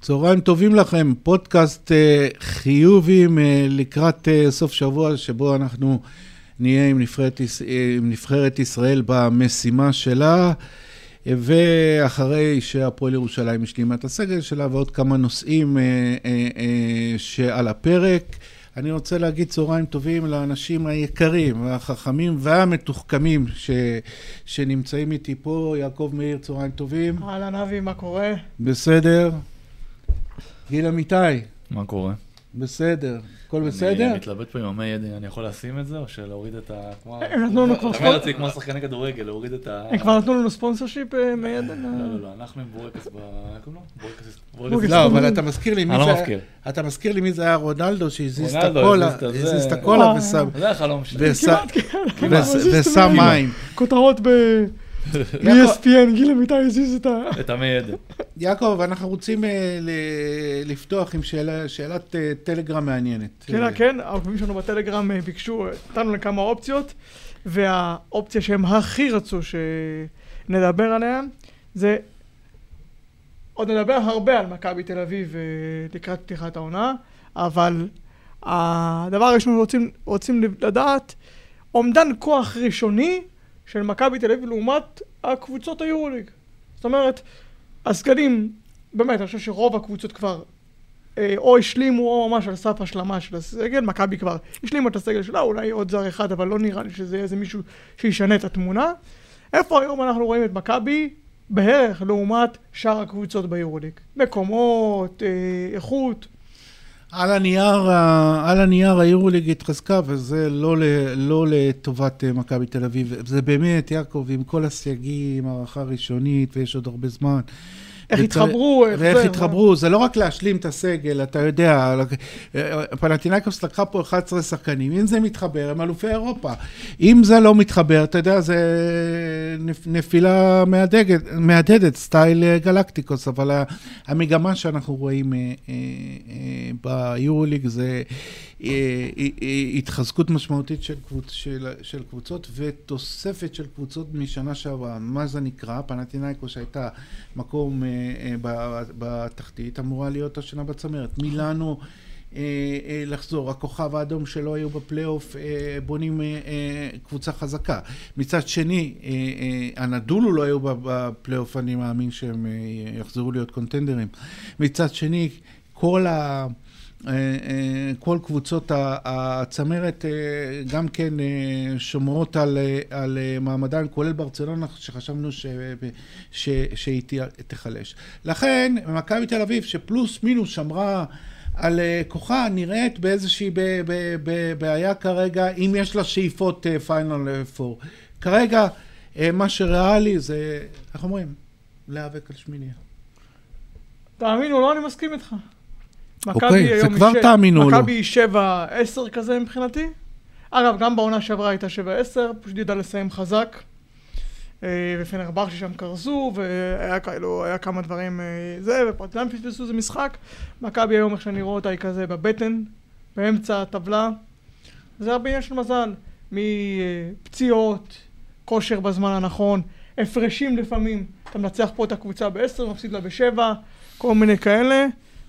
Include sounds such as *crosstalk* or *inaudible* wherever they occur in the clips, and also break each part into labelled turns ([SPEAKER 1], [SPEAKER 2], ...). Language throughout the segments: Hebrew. [SPEAKER 1] צהריים טובים לכם, פודקאסט אה, חיובים אה, לקראת אה, סוף שבוע, שבו אנחנו נהיה עם נבחרת, יש- אה, עם נבחרת ישראל במשימה שלה, אה, ואחרי שהפועל ירושלים השלימה את הסגל שלה, ועוד כמה נושאים אה, אה, אה, שעל הפרק. אני רוצה להגיד צהריים טובים לאנשים היקרים, החכמים והמתוחכמים ש... שנמצאים איתי פה. יעקב מאיר, צהריים טובים.
[SPEAKER 2] אהלן אבי, מה קורה?
[SPEAKER 1] בסדר. גיל אמיתי,
[SPEAKER 3] מה קורה?
[SPEAKER 1] בסדר. הכל
[SPEAKER 3] אני
[SPEAKER 1] בסדר?
[SPEAKER 3] אה, מתלבט פה עם המי ידי, אני יכול לשים את זה או שלהוריד את ה... כמו-
[SPEAKER 1] אה,
[SPEAKER 2] הם נתנו
[SPEAKER 1] לא
[SPEAKER 2] לנו כבר
[SPEAKER 3] אני
[SPEAKER 2] ספוט.
[SPEAKER 3] אומר לעצמי כמו שחקני כדורגל, להוריד את ה...
[SPEAKER 2] הם כבר נתנו לנו ספונסר שיפ מיד? אה,
[SPEAKER 3] לא, לא, לא, אנחנו עם בורקס ב... איך קוראים לו? בורקס-
[SPEAKER 2] בורקס.
[SPEAKER 3] בורקס...
[SPEAKER 1] לא, אבל
[SPEAKER 2] מסתובבים.
[SPEAKER 1] אתה מזכיר לי מי
[SPEAKER 3] אני
[SPEAKER 1] זה
[SPEAKER 3] לא
[SPEAKER 1] היה...
[SPEAKER 3] מזכיר.
[SPEAKER 1] אתה מזכיר לי מי זה היה רונלדו שהזיז את
[SPEAKER 3] רונלדו,
[SPEAKER 1] הקולה,
[SPEAKER 3] הזיז את הזה.
[SPEAKER 1] הזיז את הקולה
[SPEAKER 2] אה,
[SPEAKER 1] ושם-
[SPEAKER 3] זה החלום שלי.
[SPEAKER 1] וס-
[SPEAKER 2] כמעט, כן. *laughs*
[SPEAKER 1] וס- ושם
[SPEAKER 2] כמעט.
[SPEAKER 1] מים.
[SPEAKER 2] כותרות ב...
[SPEAKER 3] *laughs*
[SPEAKER 2] ESPN, גיל אמיתי הזיז את ה...
[SPEAKER 3] את המי ידי.
[SPEAKER 1] יעקב, אנחנו רוצים אה, ל- לפתוח עם שאלה- שאלת אה, טלגרם מעניינת.
[SPEAKER 2] כן,
[SPEAKER 1] אה,
[SPEAKER 2] כן, העוקבים שלנו בטלגרם אה, ביקשו, נתנו להם כמה אופציות, והאופציה שהם הכי רצו שנדבר עליה, זה... עוד נדבר הרבה על מכבי תל אביב אה, לקראת פתיחת העונה, אבל הדבר הראשון רוצים, רוצים לדעת, אומדן כוח ראשוני של מכבי תל אביב לעומת הקבוצות היורוליג. זאת אומרת, הסגלים, באמת, אני חושב שרוב הקבוצות כבר אה, או השלימו או ממש על סף השלמה של הסגל, מכבי כבר השלימה את הסגל שלה, אולי עוד זר אחד, אבל לא נראה לי שזה יהיה איזה מישהו שישנה את התמונה. איפה היום אנחנו רואים את מכבי? בערך לעומת שאר הקבוצות ביורוליג. מקומות, אה, איכות.
[SPEAKER 1] על הנייר, ה- על הנייר היורוליג התחזקה, וזה לא, ל, לא לטובת אה, מכבי תל אביב. זה באמת, יעקב, עם כל הסייגים, הערכה ראשונית, ויש עוד הרבה זמן.
[SPEAKER 2] איך
[SPEAKER 1] וצר-
[SPEAKER 2] התחברו, איך
[SPEAKER 1] ואיך
[SPEAKER 2] זה,
[SPEAKER 1] התחברו, זה לא רק להשלים את הסגל, אתה יודע, פלטינקוס לקחה פה 11 שחקנים, אם זה מתחבר, הם אלופי אירופה. אם זה לא מתחבר, אתה יודע, זה נפ- נפילה מהדגת, מהדהדת, סטייל אה, גלקטיקוס, אבל ה- המגמה שאנחנו רואים אה, אה, אה, ביורוליג זה אה, אה, אה, התחזקות משמעותית של, קבוצ, של, של קבוצות ותוספת של קבוצות משנה שעברה. מה זה נקרא? פנטינאיקו שהייתה מקום אה, אה, ב- בתחתית, אמורה להיות השנה בצמרת. מילאנו אה, אה, לחזור, הכוכב האדום שלא היו בפלייאוף, אה, בונים אה, אה, קבוצה חזקה. מצד שני, אה, אה, הנדולו לא היו בפלייאוף, אני מאמין שהם אה, יחזרו להיות קונטנדרים. מצד שני, כל ה... אה, אה, כל קבוצות ה- הצמרת אה, גם כן אה, שומרות על, אה, על אה, מעמדן, כולל ברצלונה, שחשבנו ש- ש- שהיא תהיה- תיחלש. לכן, מכבי תל אביב, שפלוס מינוס שמרה על אה, כוחה, נראית באיזושהי ב- ב- ב- בעיה כרגע, אם יש לה שאיפות פיינל פור. כרגע, אה, מה שריאלי זה, איך אומרים? להיאבק על שמיניה.
[SPEAKER 2] תאמינו, לא, אני מסכים איתך.
[SPEAKER 1] אוקיי,
[SPEAKER 2] מכבי
[SPEAKER 1] זה
[SPEAKER 2] היום היא
[SPEAKER 1] כבר
[SPEAKER 2] ש-
[SPEAKER 1] תאמינו או לא.
[SPEAKER 2] מכבי היא 7-10 כזה מבחינתי. אגב, גם בעונה שעברה הייתה 7-10, פשוט ידעה לסיים חזק. אה, ופנרבכשי שם קרסו, והיה כאילו, היה כמה דברים אה, זה, ופרטנן פספסו איזה משחק. מכבי היום, איך שאני רואה אותה, היא כזה בבטן, באמצע הטבלה. זה הרבה עניין של מזל, מפציעות, כושר בזמן הנכון, הפרשים לפעמים. אתה מנצח פה את הקבוצה ב-10, מפסיד לה ב-7, כל מיני כאלה.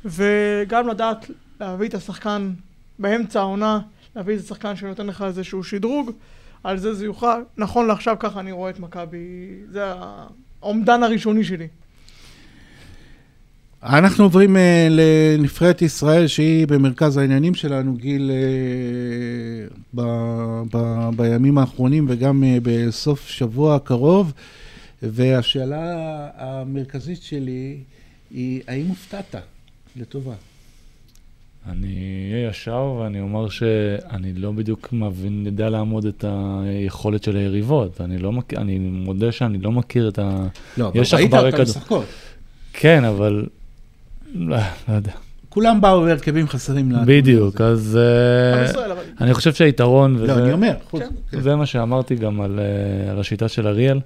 [SPEAKER 2] וגם לדעת להביא את השחקן באמצע העונה, להביא איזה שחקן שנותן לך איזשהו שדרוג, על זה זה יוכל. נכון לעכשיו ככה אני רואה את מכבי, זה האומדן הראשוני שלי.
[SPEAKER 1] אנחנו עוברים אה, לנבחרת ישראל, שהיא במרכז העניינים שלנו, גיל, אה, ב, ב, בימים האחרונים וגם אה, בסוף שבוע הקרוב. והשאלה המרכזית שלי היא, האם הופתעת לטובה?
[SPEAKER 3] אני אהיה ישר ואני אומר שאני לא בדיוק מבין, יודע לעמוד את היכולת של היריבות. אני לא מכיר, אני מודה שאני לא מכיר את ה...
[SPEAKER 1] לא,
[SPEAKER 3] יש
[SPEAKER 1] אבל
[SPEAKER 3] עכברי
[SPEAKER 1] ראית אותם
[SPEAKER 3] כדור.
[SPEAKER 1] משחקות.
[SPEAKER 3] כן, אבל... לא, לא יודע.
[SPEAKER 1] כולם באו בהרכבים חסרים לנו.
[SPEAKER 3] בדיוק, אז... אה,
[SPEAKER 2] גם ישראל, אבל...
[SPEAKER 3] אני חושב שהיתרון,
[SPEAKER 1] לא, אני
[SPEAKER 3] וזה
[SPEAKER 1] אומר, חוץ.
[SPEAKER 2] כן.
[SPEAKER 1] כן.
[SPEAKER 3] זה מה שאמרתי גם על, אה, על השיטה של אריאל,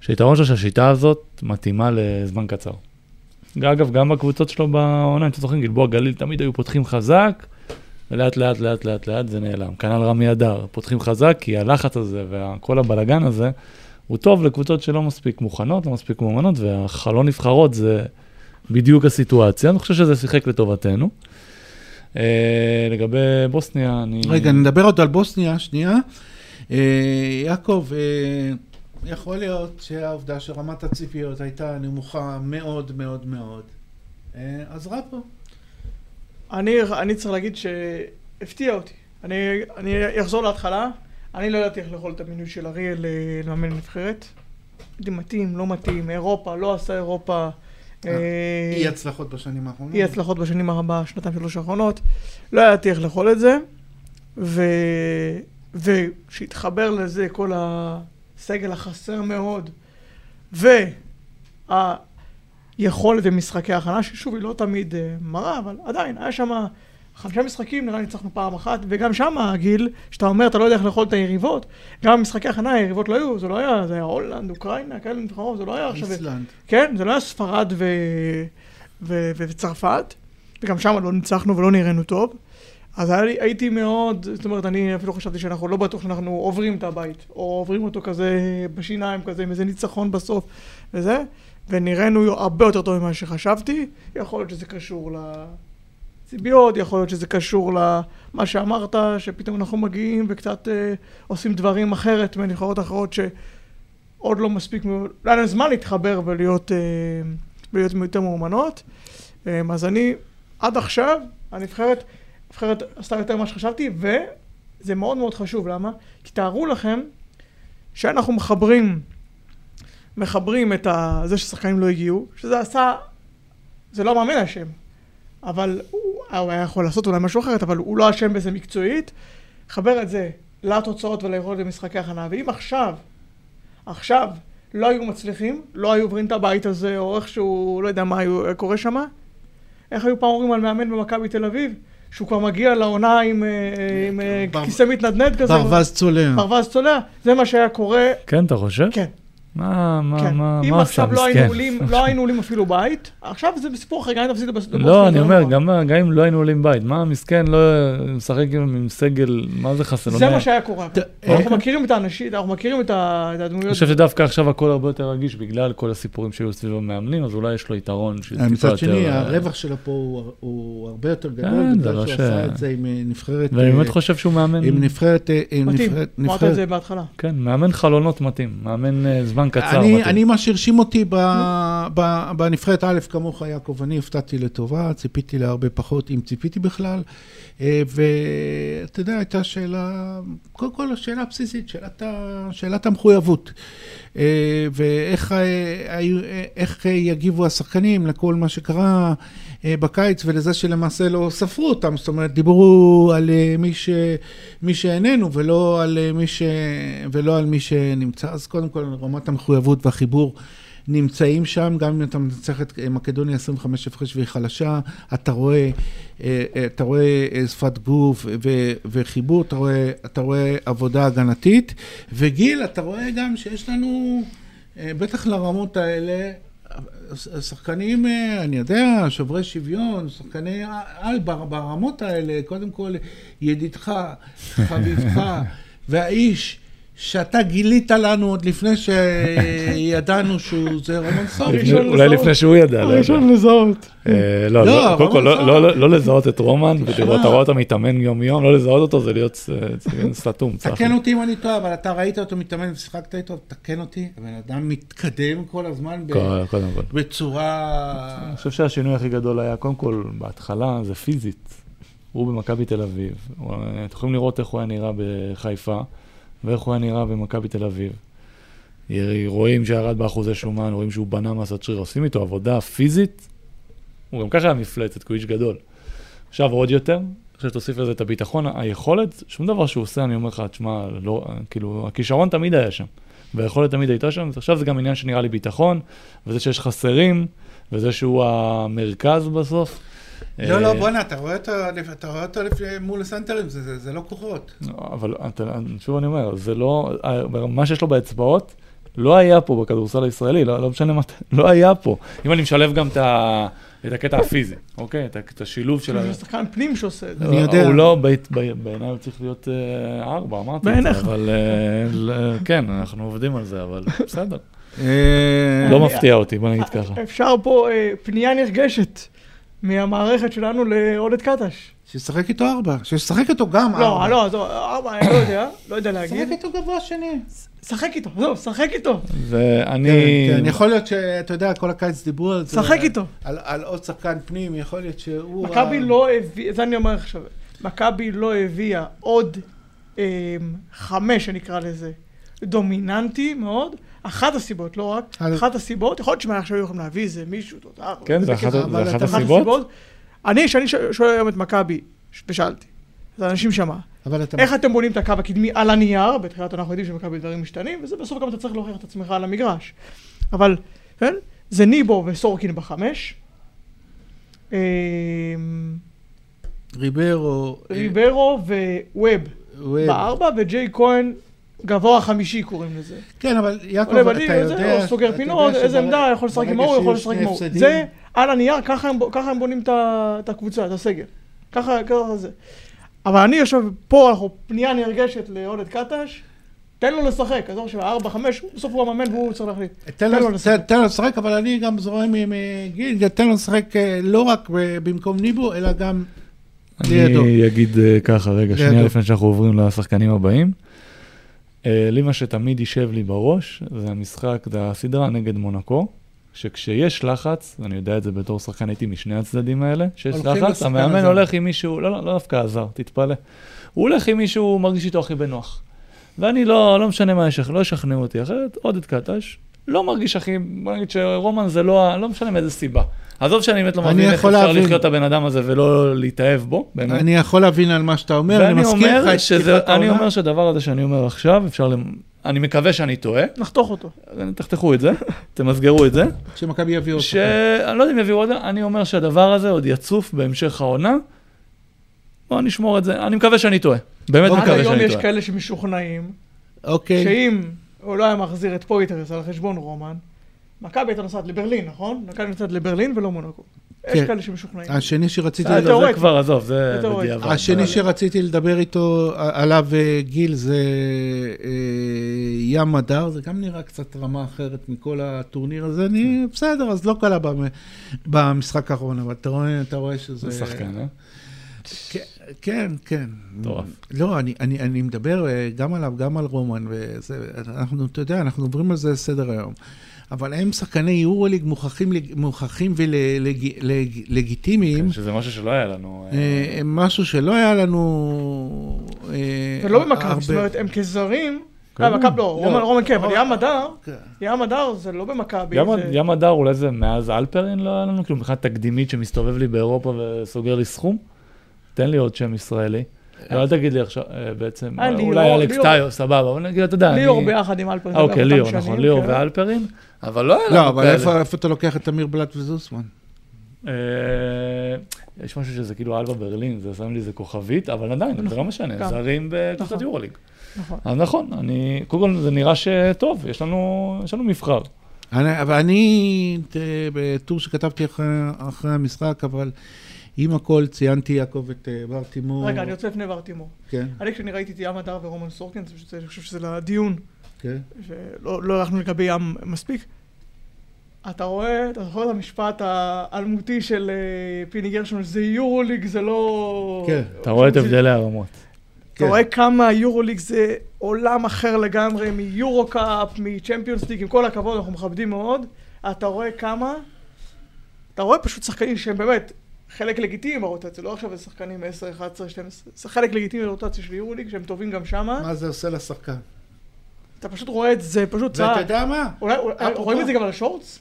[SPEAKER 3] שהיתרון שלו שהשיטה הזאת מתאימה לזמן קצר. אגב, גם בקבוצות שלו בעונה, אם אתם זוכרים, גלבוע גליל תמיד היו פותחים חזק, ולאט לאט לאט לאט לאט זה נעלם. כנ"ל רמי אדר, פותחים חזק כי הלחץ הזה וכל הבלגן הזה, הוא טוב לקבוצות שלא מספיק מוכנות, לא מספיק מאומנות, והחלון נבחרות זה בדיוק הסיטואציה, אני חושב שזה שיחק לטובתנו. אה, לגבי בוסניה, אני...
[SPEAKER 1] רגע, נדבר עוד על בוסניה, שנייה. אה, יעקב, אה, יכול להיות שהעובדה שרמת הציפיות הייתה נמוכה מאוד מאוד מאוד, אה, עזרה פה.
[SPEAKER 2] אני, אני צריך להגיד שהפתיע אותי. אני, אני אחזור להתחלה, אני לא ידעתי איך לאכול את המינוי של אריאל אה, למאמן הנבחרת. הייתי מתאים, לא מתאים, אירופה, לא עשה אירופה. אה,
[SPEAKER 1] אי הצלחות בשנים האחרונות.
[SPEAKER 2] אי הצלחות בשנים הרבה, שנתיים שלוש האחרונות. לא ידעתי איך לאכול את זה, ו... ושהתחבר לזה כל הסגל החסר מאוד, והיכולת ומשחקי ההכנה, ששוב היא לא תמיד אה, מרה, אבל עדיין, היה שם חמישה משחקים, נראה לי ניצחנו פעם אחת, וגם שם הגיל, שאתה אומר, אתה לא יודע איך לאכול את היריבות, גם משחקי הכנה, היריבות לא היו, זה לא היה, זה היה הולנד, אוקראינה, כאלה נבחרות, זה לא היה עכשיו...
[SPEAKER 1] איסלנד.
[SPEAKER 2] כן, זה לא היה ספרד ו... ו... ו... וצרפת, וגם שם לא ניצחנו ולא נראינו טוב. אז היה לי, הייתי מאוד, זאת אומרת, אני אפילו חשבתי שאנחנו לא בטוח שאנחנו עוברים את הבית, או עוברים אותו כזה בשיניים, כזה עם איזה ניצחון בסוף וזה, ונראינו הרבה יותר טוב ממה שחשבתי. יכול להיות שזה קשור לציפיות, יכול להיות שזה קשור למה שאמרת, שפתאום אנחנו מגיעים וקצת אה, עושים דברים אחרת מנבחרות אחרות ש... עוד לא מספיק, לא היה להם זמן להתחבר ולהיות, אה, ולהיות יותר מאומנות. אה, אז אני, עד עכשיו, הנבחרת, הנבחרת עשתה יותר ממה שחשבתי, וזה מאוד מאוד חשוב, למה? כי תארו לכם שאנחנו מחברים, מחברים את ה... זה ששחקנים לא הגיעו, שזה עשה, זה לא המאמן אשם, אבל הוא, הוא היה יכול לעשות אולי משהו אחרת, אבל הוא לא אשם בזה מקצועית. חבר את זה לתוצאות וליכולת במשחקי הכנה, ואם עכשיו עכשיו לא היו מצליחים, לא היו עוברים את הבית הזה, או איכשהו, לא יודע מה היו, קורה שם. איך היו פעם אומרים על מאמן במכבי תל אביב, שהוא כבר מגיע לעונה עם, אה, עם אה,
[SPEAKER 1] בר-
[SPEAKER 2] כיסא מתנדנד כזה,
[SPEAKER 1] ברווז צולע.
[SPEAKER 2] ברווז צולע, זה מה שהיה קורה,
[SPEAKER 3] כן, אתה חושב?
[SPEAKER 2] כן,
[SPEAKER 3] מה, מה,
[SPEAKER 2] כן.
[SPEAKER 3] מה,
[SPEAKER 2] אם
[SPEAKER 3] מה
[SPEAKER 2] עכשיו לא היינו
[SPEAKER 3] מסכן?
[SPEAKER 2] עולים- לא היינו עולים אפילו בית, עכשיו זה בסיפור אחר, גם אם תפסידו בסוף.
[SPEAKER 3] לא, אני אומר, גם גם אם לא היינו עולים בית, מה, מסכן, לא משחק עם עם סגל, מה זה חסר? לא
[SPEAKER 2] זה מה שהיה קורה.
[SPEAKER 1] ת-
[SPEAKER 2] אנחנו מכירים את האנשים, אנחנו מכירים את ה- את
[SPEAKER 3] אני
[SPEAKER 2] הדמויות.
[SPEAKER 3] חושב שדווקא עכשיו הכל הרבה יותר רגיש בגלל כל הסיפורים שהיו סביב המאמנים, אז אולי יש לו יתרון שהוא טיפה יותר...
[SPEAKER 1] מצד שני,
[SPEAKER 3] אה,
[SPEAKER 1] הרווח שלו פה הוא- הוא הרבה יותר
[SPEAKER 3] כן,
[SPEAKER 1] גדול,
[SPEAKER 3] זה
[SPEAKER 1] בגלל
[SPEAKER 3] לא
[SPEAKER 1] שהוא
[SPEAKER 3] ש-
[SPEAKER 1] עשה את זה עם אה, נבחרת...
[SPEAKER 3] ואני באמת
[SPEAKER 1] אה,
[SPEAKER 3] חושב שהוא מאמן,
[SPEAKER 1] עם נבחרת... אה, עם
[SPEAKER 2] מתאים,
[SPEAKER 1] נבחרת-
[SPEAKER 2] אמרת
[SPEAKER 1] נבחרת-
[SPEAKER 2] את זה בהתחלה.
[SPEAKER 3] כן, מאמן חלונות מתאים, מאמן אה, זמן קצר
[SPEAKER 1] אני,
[SPEAKER 3] מתאים.
[SPEAKER 1] אני, מה שהרשים אותי ב, ב, בנבחרת א', כמוך, יעקב, אני הופתעתי לטובה, ציפיתי להרבה פחות, אם ציפיתי בכלל. אה, ואתה יודע, הייתה שאלה, קודם כל, השאלה הבסיסית, שאלת, ה- שאלת המחויבות. אה, ואיך אה, היו- אה, איך אה, יגיבו השחקנים לכל מה שקרה אה, בקיץ ולזה שלמעשה לא ספרו אותם, זאת אומרת, דיברו על אה, מי, ש, מי שאיננו ולא על, אה, מי ש, ולא על מי שנמצא. אז קודם כל, רמת המחויבות והחיבור. נמצאים שם, גם אם אתה מנצח את אה, מקדוניה 25 הפרש והיא חלשה, אתה רואה, אה, אה, אתה רואה אה, שפת גוף ו- וחיבור, אתה רואה, אתה רואה עבודה הגנתית, וגיל, אתה רואה גם שיש לנו, אה, בטח לרמות האלה, ש- שחקנים, אה, אני יודע, שוברי שוויון, שחקני על בר- ברמות האלה, קודם כל ידידך, חביבך, *laughs* והאיש שאתה גילית לנו עוד לפני שידענו שהוא זה רומן סורי.
[SPEAKER 3] לפני-
[SPEAKER 2] הראשון
[SPEAKER 3] אולי
[SPEAKER 2] לזהות.
[SPEAKER 3] לפני שהוא ידע. לא יודע.
[SPEAKER 2] לזהות.
[SPEAKER 3] אה, לא,
[SPEAKER 1] לא,
[SPEAKER 3] לא, קודם כל,
[SPEAKER 1] רומן
[SPEAKER 3] לא-
[SPEAKER 1] זהב.
[SPEAKER 3] לא- לא- לא לזהות את רומן, ותראו,
[SPEAKER 1] תשמע.
[SPEAKER 3] אתה רואה אותו מתאמן יום-יום, לא לזהות אותו זה להיות ס- ס- סתום, צחי.
[SPEAKER 1] תקן אותי אם אני טועה, אבל אתה ראית אותו מתאמן ושיחקת איתו, תקן אותי, הבן אדם מתקדם כל הזמן ב-
[SPEAKER 3] כל- קודם כל.
[SPEAKER 1] בצורה...
[SPEAKER 3] כן. אני חושב שהשינוי הכי גדול היה, קודם כל, בהתחלה זה פיזית. הוא במכבי תל אביב. הוא- אתם יכולים לראות איך הוא היה נראה בחיפה, ואיך הוא היה נראה במכבי תל אביב. ירי- רואים שירד באחוזי שומן, רואים שהוא בנה מסת שריר, עושים איתו עבודה פיזית. הוא גם ככה היה מפלצת, כי הוא איש גדול. עכשיו עוד יותר, עכשיו תוסיף לזה את הביטחון, ה- היכולת, שום דבר שהוא עושה, אני אומר לך, תשמע, לא, כאילו, הכישרון תמיד היה שם, והיכולת תמיד הייתה שם, אז עכשיו זה גם עניין שנראה לי ביטחון, וזה שיש חסרים, וזה שהוא המרכז בסוף.
[SPEAKER 1] לא,
[SPEAKER 3] אה,
[SPEAKER 1] לא, בואנה, אתה רואה אותו לפ- אתה רואה אותו לפ- מול הסנטרים, זה- זה זה לא כוחות.
[SPEAKER 3] אבל אתה, שוב אני אומר, זה לא, מה שיש לו באצבעות, לא היה פה בכדורסל הישראלי, לא, לא משנה מה, אתה- לא היה פה. אם אני משלב גם את ה... את הקטע הפיזי, אוקיי? את ה- את השילוב של ה...
[SPEAKER 2] זה שחקן פנים שעושה את זה.
[SPEAKER 1] אני יודע.
[SPEAKER 3] הוא לא, בית- ב- בעיניי הוא צריך להיות אה, ארבע, אמרתי את
[SPEAKER 2] בעיניך.
[SPEAKER 3] זה, אבל אה, ל- כן, אנחנו עובדים על זה,
[SPEAKER 1] *laughs*
[SPEAKER 3] אבל בסדר.
[SPEAKER 1] אה,
[SPEAKER 3] לא מפתיע אותי, בוא נגיד
[SPEAKER 1] כן,
[SPEAKER 3] ככה.
[SPEAKER 2] אפשר פה אה, פנייה נרגשת מהמערכת שלנו לעודד קטש.
[SPEAKER 1] שישחק איתו ארבע, שישחק איתו גם
[SPEAKER 2] לא,
[SPEAKER 1] ארבע.
[SPEAKER 2] לא, עזוב, ארבע, אני לא יודע, לא יודע
[SPEAKER 1] שישחק
[SPEAKER 2] להגיד.
[SPEAKER 1] איתו גבוה שני.
[SPEAKER 2] שחק איתו, עזוב, שחק איתו,
[SPEAKER 3] ואני...
[SPEAKER 1] כן, כן, יכול להיות שאתה יודע, כל הקיץ דיברו על זה.
[SPEAKER 2] שחק איתו.
[SPEAKER 1] על- על עוד שחקן פנים, יכול להיות שהוא...
[SPEAKER 2] מכבי
[SPEAKER 1] ה-
[SPEAKER 2] לא הביא, זה אני אומר עכשיו, מכבי לא הביאה עוד אמ, חמש, שנקרא לזה, דומיננטי מאוד. אחת הסיבות, לא רק,
[SPEAKER 1] אז-
[SPEAKER 2] אחת הסיבות, יכול להיות שמעכשיו היו יכולים להביא איזה מישהו, תודה.
[SPEAKER 3] כן, זה
[SPEAKER 2] איזה
[SPEAKER 3] אחת-
[SPEAKER 2] כיף.
[SPEAKER 1] אבל
[SPEAKER 3] זה
[SPEAKER 1] אתה-
[SPEAKER 3] אחת
[SPEAKER 1] אחת
[SPEAKER 3] הסיבות.
[SPEAKER 2] אני, כשאני ש- שואל היום את מכבי, ש- ושאלתי, אז אנשים שמע,
[SPEAKER 1] אבל אתה...
[SPEAKER 2] איך אתם בונים את הקו הקדמי על הנייר? בתחילת אנחנו יודעים שמכבי דברים משתנים, וזה בסוף גם אתה צריך להוכיח את עצמך על המגרש. אבל, כן, זה ניבו וסורקין בחמש. אמ,
[SPEAKER 1] ריברו... אה,
[SPEAKER 2] ריברו וווב
[SPEAKER 1] ווב.
[SPEAKER 2] בארבע, וג'יי כהן גבוה חמישי קוראים לזה.
[SPEAKER 1] כן, אבל יעקב,
[SPEAKER 2] עולה
[SPEAKER 1] אתה
[SPEAKER 2] בדין,
[SPEAKER 1] יודע...
[SPEAKER 2] או סוגר
[SPEAKER 1] אתה
[SPEAKER 2] פינות,
[SPEAKER 1] יודע
[SPEAKER 2] איזה
[SPEAKER 1] שברגע-
[SPEAKER 2] עמדה, יכול לשחק עם
[SPEAKER 1] ברגע
[SPEAKER 2] ההוא, יכול
[SPEAKER 1] שיהיו
[SPEAKER 2] לשחק
[SPEAKER 1] שני
[SPEAKER 2] עם ההוא.
[SPEAKER 1] הפסדים-
[SPEAKER 2] זה על הנייר, ככה הם בו- ככה הם בונים את ה- את הקבוצה, את הסגל. ככה ככה זה. אבל אני יושב פה, אנחנו פנייה נרגשת לעודד קטש, תן לו לשחק, עזוב שארבע, חמש, בסוף הוא המאמן והוא צריך להחליט.
[SPEAKER 1] תן
[SPEAKER 2] תן לו
[SPEAKER 1] לו
[SPEAKER 2] לשחק.
[SPEAKER 1] לשחק. תן לו לשחק, אבל אני גם זורם עם אה, גיל, תן לו לשחק אה, לא רק ב- במקום ניבו, אלא גם... לידו.
[SPEAKER 3] אני אגיד אה, ככה, רגע, שנייה
[SPEAKER 1] לידו.
[SPEAKER 3] לפני שאנחנו עוברים לשחקנים הבאים. אה, לי מה שתמיד יישב לי בראש, זה המשחק, זה הסדרה נגד מונקו, שכשיש לחץ, ואני יודע את זה בתור שחקן, הייתי משני הצדדים האלה, כשיש
[SPEAKER 1] הולכים
[SPEAKER 3] לחץ,
[SPEAKER 1] לשחקן
[SPEAKER 3] המאמן
[SPEAKER 1] הזר.
[SPEAKER 3] הולך עם מישהו, לא, לא, לא דווקא עזר, תתפלא. הוא הולך עם מישהו, הוא מרגיש איתו הכי בנוח. ואני לא, לא משנה מה ישכנע, לא ישכנעו אותי, אחרת עודד קטש. לא מרגיש הכי, בוא נגיד שרומן זה לא, ה- לא משנה מאיזה סיבה. עזוב שאני באמת לא
[SPEAKER 1] אני
[SPEAKER 3] מבין איך
[SPEAKER 1] יכול
[SPEAKER 3] אפשר
[SPEAKER 1] להבין.
[SPEAKER 3] לחיות את הבן אדם הזה ולא להתאהב בו, באמת.
[SPEAKER 1] אני יכול להבין על מה שאתה אומר, אני
[SPEAKER 3] ואני
[SPEAKER 1] מסכים לך,
[SPEAKER 3] אומר,
[SPEAKER 1] את
[SPEAKER 3] שזה,
[SPEAKER 1] פתיחת
[SPEAKER 3] אני
[SPEAKER 1] העונה.
[SPEAKER 3] אומר שהדבר הזה שאני אומר עכשיו, אפשר, למ... אני מקווה שאני טועה,
[SPEAKER 2] נחתוך אותו.
[SPEAKER 3] תחתכו את זה, תמסגרו את זה,
[SPEAKER 1] שמכבי יביאו אותו.
[SPEAKER 3] שאני לא יודע אם יביאו עוד, אני אומר שהדבר הזה עוד יצוף בהמשך העונה, בואו נשמור את זה, אני מקווה שאני טועה, באמת
[SPEAKER 2] עד
[SPEAKER 3] לא מקווה
[SPEAKER 2] היום
[SPEAKER 3] שאני
[SPEAKER 2] יש
[SPEAKER 3] טועה.
[SPEAKER 2] כאלה שמשוכנעים
[SPEAKER 1] אוקיי.
[SPEAKER 2] שאם הוא לא היה מחזיר את פויטרס על חשבון רומן, מכבי הייתה נוסעת לברלין, נכון? מכבי נוסעת לברלין ולא מונקו. יש
[SPEAKER 1] כן.
[SPEAKER 2] כאלה שמשוכנעים.
[SPEAKER 1] השני שרציתי...
[SPEAKER 2] אה,
[SPEAKER 1] לדבר-
[SPEAKER 3] זה
[SPEAKER 2] תיאורטי.
[SPEAKER 3] כבר, עזוב, זה
[SPEAKER 2] זה תיאורטי.
[SPEAKER 3] בדיעבד.
[SPEAKER 1] השני
[SPEAKER 3] אבל-
[SPEAKER 1] שרציתי לדבר איתו ע- עליו, אה, גיל, זה אה, ים הדר, זה גם נראה קצת רמה אחרת מכל הטורניר הזה, אני בסדר, אז לא קלה במ- במשחק האחרון, אבל אתה רואה- אתה רואה שזה...
[SPEAKER 3] זה שחקן, אה?
[SPEAKER 1] כן, כן, כן.
[SPEAKER 3] מטורף.
[SPEAKER 1] לא, אני, אני, אני מדבר אה, גם עליו, גם על רומן, וזה, אנחנו, אתה יודע, אנחנו עוברים על זה לסדר היום. אבל הם שחקני יורוליג מוכחים, לג- מוכחים ולגיטימיים,
[SPEAKER 3] כן, שזה משהו שלא היה לנו. אה,
[SPEAKER 1] משהו שלא היה לנו... אה,
[SPEAKER 2] ולא במכבי,
[SPEAKER 1] הרבה.
[SPEAKER 2] זאת אומרת, הם כזרים.
[SPEAKER 3] כן.
[SPEAKER 2] אה, מכבי לא,
[SPEAKER 1] לא.
[SPEAKER 2] רומן, רומן כן, אבל ים הדר,
[SPEAKER 1] כן.
[SPEAKER 2] ים הדר זה לא במכבי.
[SPEAKER 3] ים-
[SPEAKER 2] זה-
[SPEAKER 3] ים הדר אולי זה מאז אלפרין לא היה לנו, כאילו מבחינה תקדימית שמסתובב לי באירופה וסוגר לי סכום? תן לי עוד שם ישראלי. לא, אל תגיד לי עכשיו, אה, בעצם,
[SPEAKER 2] אה,
[SPEAKER 3] אה,
[SPEAKER 2] ליאור,
[SPEAKER 3] אולי אלכס
[SPEAKER 2] ליאור.
[SPEAKER 3] טיו, סבבה, אבל נגיד, אתה יודע, אני...
[SPEAKER 2] ליאור ביחד עם אלפרין.
[SPEAKER 3] אה, אוקיי,
[SPEAKER 2] באותם
[SPEAKER 3] ליאור,
[SPEAKER 2] שנים,
[SPEAKER 3] נכון, ליאור
[SPEAKER 2] כן.
[SPEAKER 3] ואלפרין, אבל לא היה לנו
[SPEAKER 1] לא, אבל
[SPEAKER 3] כאלה.
[SPEAKER 1] איפה, איפה אתה לוקח את אמיר בלאט וזוסמן?
[SPEAKER 3] אה, יש משהו שזה כאילו אלבה ברלין, זה שם לי איזה כוכבית, אבל עדיין, זה לא משנה,
[SPEAKER 2] נכון. גם.
[SPEAKER 3] זרים בקבוצת
[SPEAKER 2] נכון.
[SPEAKER 3] יורוליג.
[SPEAKER 2] נכון.
[SPEAKER 3] אז נכון, אני, קודם כל זה נראה שטוב, יש לנו יש לנו מבחר.
[SPEAKER 1] אני, אבל אני, ת- בטור שכתבתי אחרי, אחרי המשחק, אבל עם הכל ציינתי, יעקב, את אה, בר תימור.
[SPEAKER 2] רגע, אני יוצא לפני ורטימור.
[SPEAKER 1] כן,
[SPEAKER 2] אני כשאני ראיתי את ים הדר ורומן סורקין, זה פשוט- אני חושב שזה לדיון,
[SPEAKER 1] כן.
[SPEAKER 2] שלא לא הלכנו לגבי ים מספיק. אתה רואה, אתה זוכר את המשפט האלמותי של אה, פיני גרשון, זה יורוליג, זה לא...
[SPEAKER 1] כן.
[SPEAKER 3] אתה רואה את הבדלי הרמות.
[SPEAKER 2] אתה
[SPEAKER 1] כן.
[SPEAKER 2] רואה כמה היורוליג זה עולם אחר לגמרי מיורו-קאפ, מצ'מפיונס ליג, עם כל הכבוד, אנחנו מכבדים מאוד. אתה רואה כמה, אתה רואה פשוט שחקנים שהם באמת חלק לגיטימי ברוטציה, לא עכשיו זה שחקנים 10, 11, 12, זה חלק לגיטימי ברוטציה של יורוליג, שהם טובים גם שמה.
[SPEAKER 1] מה זה עושה לשחקן?
[SPEAKER 2] אתה פשוט רואה את זה, פשוט
[SPEAKER 1] ואתה
[SPEAKER 2] צעד.
[SPEAKER 1] יודע מה?
[SPEAKER 2] אולי, אולי
[SPEAKER 1] אפרופו.
[SPEAKER 2] רואים את זה גם על שורץ?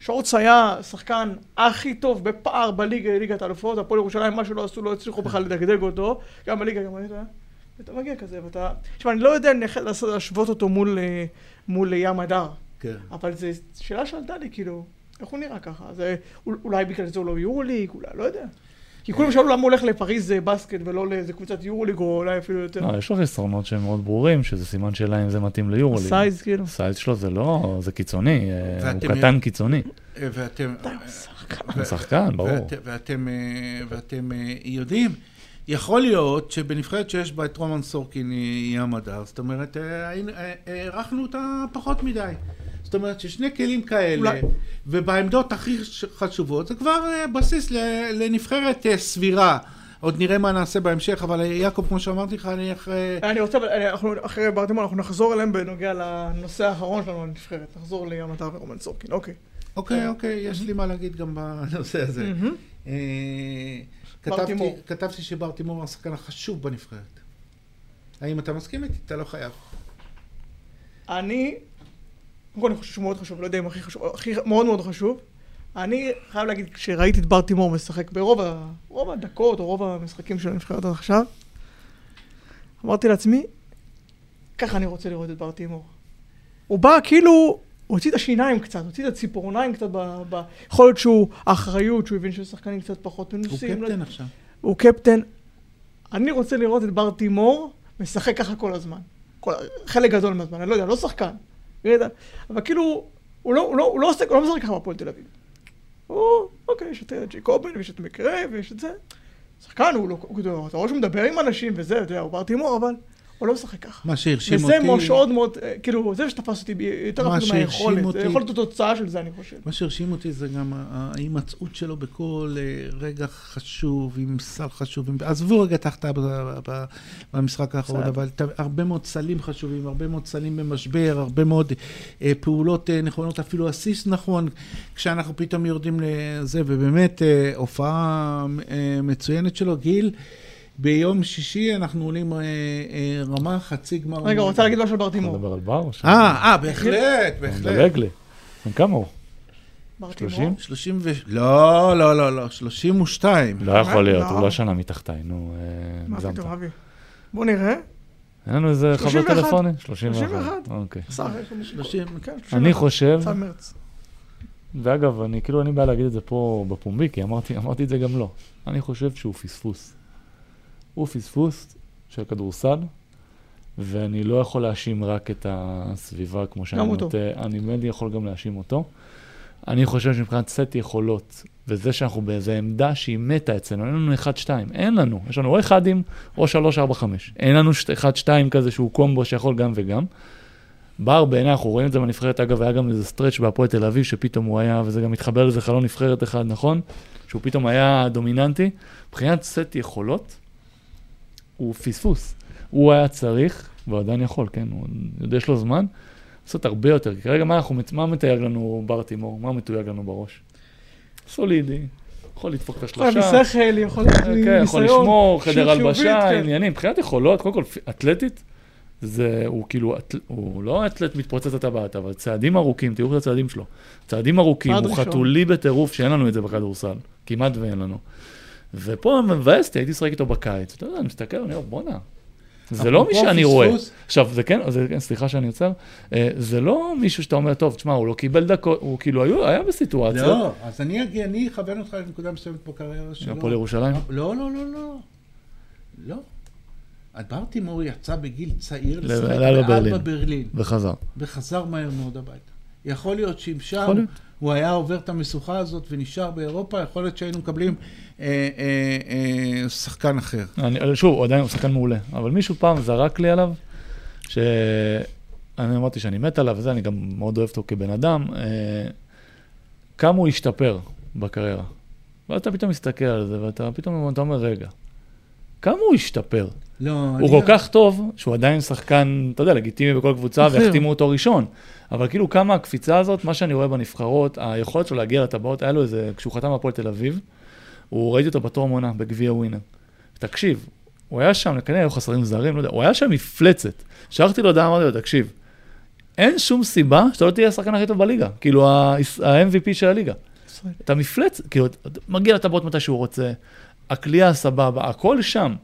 [SPEAKER 2] שורץ היה השחקן הכי טוב בפער בליגה, ליגת האלופות, הפועל ירושלים, מה שלא עשו, לא הצליחו בכלל לדגדג אותו, גם בליגה, גם בליגה. ואתה מגיע כזה, ואתה... תשמע, אני לא יודע אני יכול לעשות- להשוות אותו מול, אה, מול ים הדר,
[SPEAKER 1] כן.
[SPEAKER 2] אבל זו שאלה שעלתה לי, כאילו, איך הוא נראה ככה? זה, אול- אולי בגלל זה הוא לא יורו ליג, אולי, לא יודע. כי כולם שאלו למה הוא הולך לפריז אה, בסקט ולא לאיזה קבוצת יורוליג, או אולי אפילו יותר.
[SPEAKER 3] לא, יש לו חסרונות שהם מאוד ברורים, שזה סימן שאלה אם זה מתאים ליורוליג.
[SPEAKER 2] סייז, כאילו.
[SPEAKER 3] הסייז שלו זה לא, זה קיצוני, אה, הוא
[SPEAKER 1] ואתם-
[SPEAKER 3] קטן קיצוני.
[SPEAKER 1] אה, ואתם...
[SPEAKER 3] הוא שחקן, כן, ברור.
[SPEAKER 1] ואת, ואתם, אה, ואתם אה, יודעים, יכול להיות שבנבחרת שיש בה את רומן סורקין יהיה המדע, זאת אומרת, אה, היינו- אה, הארכנו אותה פחות מדי. זאת אומרת ששני כלים כאלה,
[SPEAKER 2] אולי-
[SPEAKER 1] ובעמדות הכי ש- חשובות, זה כבר אה, בסיס ל- לנבחרת אה, סבירה. עוד נראה מה נעשה בהמשך, אבל אה, יעקב, כמו שאמרתי לך, אני אחרי...
[SPEAKER 2] אני רוצה, אבל אה, אנחנו, אחרי ברטימון, אנחנו נחזור אליהם בנוגע לנושא האחרון שלנו לנבחרת. נחזור לים אתר ורומן סורקין, אוקיי.
[SPEAKER 1] אוקיי, אוקיי, יש לי מה להגיד גם בנושא הזה.
[SPEAKER 2] מהמם.
[SPEAKER 1] אה, כתבתי-
[SPEAKER 2] ברטימור.
[SPEAKER 1] כתבתי שברטימור הוא השחקן החשוב בנבחרת. האם אתה מסכים איתי? אתה לא חייב.
[SPEAKER 2] אני, קודם כל אני חושב שהוא מאוד חשוב, לא יודע אם הכי חשוב, הכי מאוד מאוד חשוב. אני חייב להגיד, כשראיתי את ברטימור משחק ברוב ה, רוב הדקות, או רוב המשחקים של הנבחרת עד עכשיו, אמרתי לעצמי, ככה אני רוצה לראות את ברטימור. הוא בא כאילו, הוא הוציא את השיניים קצת, הוציא את הציפורניים קצת, ב, ב... יכול להיות שהוא, האחריות, שהוא הבין ששחקנים קצת פחות
[SPEAKER 1] הוא
[SPEAKER 2] מנוסים. לא יודע.
[SPEAKER 1] קפטן עכשיו.
[SPEAKER 2] הוא קפטן. אני רוצה לראות את בר תימור משחק ככה כל הזמן. כל, חלק גדול מהזמן, אני לא יודע, לא שחקן. ראית? אבל כאילו, הוא לא, הוא לא, הוא לא, עוסק, הוא לא משחק ככה בהפועל תל אביב. הוא, אוקיי, יש את ג'יקובן ויש את מקרה ויש את זה. שחקן, הוא לא, הוא, אתה רואה שהוא מדבר עם אנשים וזה, אתה יודע, הוא בר תימור, אבל הוא לא משחק ככה.
[SPEAKER 1] מה שהרשים
[SPEAKER 2] וזה מה
[SPEAKER 1] אותי,
[SPEAKER 2] שעוד מאוד, אה, כאילו, זה שתפס אותי ב- יותר
[SPEAKER 1] מה
[SPEAKER 2] אפילו
[SPEAKER 1] שהרשים
[SPEAKER 2] מהיכולת.
[SPEAKER 1] אותי-
[SPEAKER 2] זה יכול להיות התוצאה של זה, אני חושב.
[SPEAKER 1] מה שהרשים אותי זה גם ה- ההימצאות שלו בכל אה, רגע חשוב, עם סל חשוב. עם- עזבו רגע את ההחטאה ב- ב- ב- במשחק האחרון,
[SPEAKER 3] בסדר.
[SPEAKER 1] אבל ת- הרבה מאוד סלים חשובים, הרבה מאוד סלים במשבר, הרבה מאוד אה, פעולות אה, נכונות, אפילו אסיס נכון, כשאנחנו פתאום יורדים לזה, ובאמת אה, הופעה אה, מצוינת שלו. גיל, ביום שישי אנחנו עולים אה, אה, רמה, חצי גמר.
[SPEAKER 2] רגע, רוצה להגיד משהו על בר
[SPEAKER 3] אתה
[SPEAKER 2] תימור.
[SPEAKER 3] מדבר על בר? או ש-
[SPEAKER 1] אה, אה, בהחלט,
[SPEAKER 3] אתה
[SPEAKER 1] בהחלט.
[SPEAKER 3] מדלג לי. בן כמה הוא?
[SPEAKER 2] בר תימור.
[SPEAKER 3] שלושים?
[SPEAKER 1] 30 ו... לא, לא, לא, לא, 32.
[SPEAKER 3] לא יכול להיות, הוא
[SPEAKER 2] לא.
[SPEAKER 3] לא שנה מתחתיי, נו, אה,
[SPEAKER 2] מה
[SPEAKER 3] הגזמת.
[SPEAKER 2] פתאום, אבי? בוא נראה.
[SPEAKER 3] אין לנו איזה חבר
[SPEAKER 2] 31.
[SPEAKER 3] טלפוני?
[SPEAKER 2] 31.
[SPEAKER 3] אוקיי.
[SPEAKER 2] שר, איך הוא-
[SPEAKER 1] 30.
[SPEAKER 2] כן, 31.
[SPEAKER 3] אני חושב,
[SPEAKER 2] צד מרץ.
[SPEAKER 3] ואגב, אני כאילו, אין לי בעיה להגיד את זה פה בפומבי, כי אמרתי, אמרתי את זה גם לא. אני חושב שהוא פספוס. הוא פספוס של כדורסל, ואני לא יכול להאשים רק את הסביבה כמו שאני
[SPEAKER 2] אותו.
[SPEAKER 3] נוטה, אני באמת יכול גם להאשים אותו. אני חושב שמבחינת סט יכולות, וזה שאנחנו באיזו עמדה שהיא מתה אצלנו, אין לנו 1-2, אין לנו. יש לנו או אחדים או 3-4-5. אין לנו 1-2 כזה שהוא קומבו שיכול גם וגם. בר בעיניי, אנחנו רואים את זה בנבחרת, אגב, היה גם איזה סטרץ' בהפועל תל אביב, שפתאום הוא היה, וזה גם מתחבר לזה חלון נבחרת אחד, נכון? שהוא פתאום היה דומיננטי. מבחינת סט יכולות, הוא פספוס. הוא היה צריך, והוא עדיין יכול, כן, הוא יודע, יש לו זמן, לעשות הרבה יותר. כי כרגע מה אנחנו, מצ- מה מתייג לנו ברטימור? מה מתויג לנו בראש? סולידי, יכול לדפוק את
[SPEAKER 2] יכול להיות
[SPEAKER 3] השלושה.
[SPEAKER 2] משכל, אה, יכול
[SPEAKER 1] אה,
[SPEAKER 2] להיות
[SPEAKER 3] כן, כן, יכול
[SPEAKER 2] מניסיון,
[SPEAKER 3] לשמור,
[SPEAKER 2] אישיות
[SPEAKER 3] חדר
[SPEAKER 2] חיובית,
[SPEAKER 3] הלבשה,
[SPEAKER 2] כן.
[SPEAKER 3] עניינים. מבחינת יכולות, קודם כל, פ- אתלטית, זה, הוא כאילו, אתל- הוא לא אתלט מתפוצץ הטבעת, אבל צעדים ארוכים, תראו את הצעדים שלו. צעדים ארוכים,
[SPEAKER 2] עד
[SPEAKER 3] הוא
[SPEAKER 2] ראשון.
[SPEAKER 3] חתולי בטירוף שאין לנו את זה בכדורסל, כמעט ואין לנו. ופה מבאס אותי, הייתי משחק איתו בקיץ, אתה יודע, אני מסתכל, אני אומר, בואנה. זה לא מי
[SPEAKER 1] אפרופו
[SPEAKER 3] שאני רואה.
[SPEAKER 1] פספוס,
[SPEAKER 3] עכשיו, זה כן, זה, כן, סליחה שאני עוצר, אה, זה לא מישהו שאתה אומר, טוב, תשמע, הוא לא קיבל דקות, הוא כאילו היו, היה בסיטואציות.
[SPEAKER 1] לא, אז אני אגיע, אני אכוון אותך לנקודה מסוימת בקריירה שלו.
[SPEAKER 3] הפועל ירושלים.
[SPEAKER 1] לא, לא, לא, לא. לא. ברטימור יצא בגיל צעיר
[SPEAKER 3] ל-
[SPEAKER 1] לשחק
[SPEAKER 3] לאלבה לא, ברלין.
[SPEAKER 1] באלבה ברלין,
[SPEAKER 3] וחזר.
[SPEAKER 1] וחזר מהר מאוד הביתה. יכול להיות שאם שם
[SPEAKER 3] יכול להיות.
[SPEAKER 1] הוא היה עובר את המשוכה הזאת ונשאר באירופה, יכול להיות שהיינו מקבלים אה, אה, אה, שחקן אחר.
[SPEAKER 3] אני, שוב, הוא עדיין הוא שחקן מעולה, אבל מישהו פעם זרק לי עליו, שאני אמרתי שאני מת עליו וזה, אני גם מאוד אוהב אותו כבן אדם, אה, כמה הוא השתפר בקריירה. ואז אתה פתאום מסתכל על זה, ואתה פתאום אתה אומר, רגע, כמה הוא השתפר?
[SPEAKER 1] לא,
[SPEAKER 3] הוא כל כך טוב, שהוא עדיין שחקן, אתה יודע, לגיטימי בכל קבוצה,
[SPEAKER 2] אחר.
[SPEAKER 3] והחתימו אותו ראשון. אבל כאילו כמה הקפיצה הזאת, מה שאני רואה בנבחרות, היכולת שלו להגיע לטבעות, היה לו איזה, כשהוא חתם בהפועל תל אביב, הוא ראיתי אותו בתור מונה, בגביע ווינר. תקשיב, הוא היה שם, כנראה היו חסרים זרים, לא יודע, הוא היה שם מפלצת. שלחתי לו הודעה, אמרתי לו, תקשיב, אין שום סיבה שאתה לא תהיה השחקן הכי טוב בליגה, כאילו ה-MVP של הליגה.
[SPEAKER 2] ישראל.
[SPEAKER 3] אתה מפלץ, כאילו, אתה מגיע לטבעות מתי שהוא רוצה, הכלייה סבבה, הכל שם.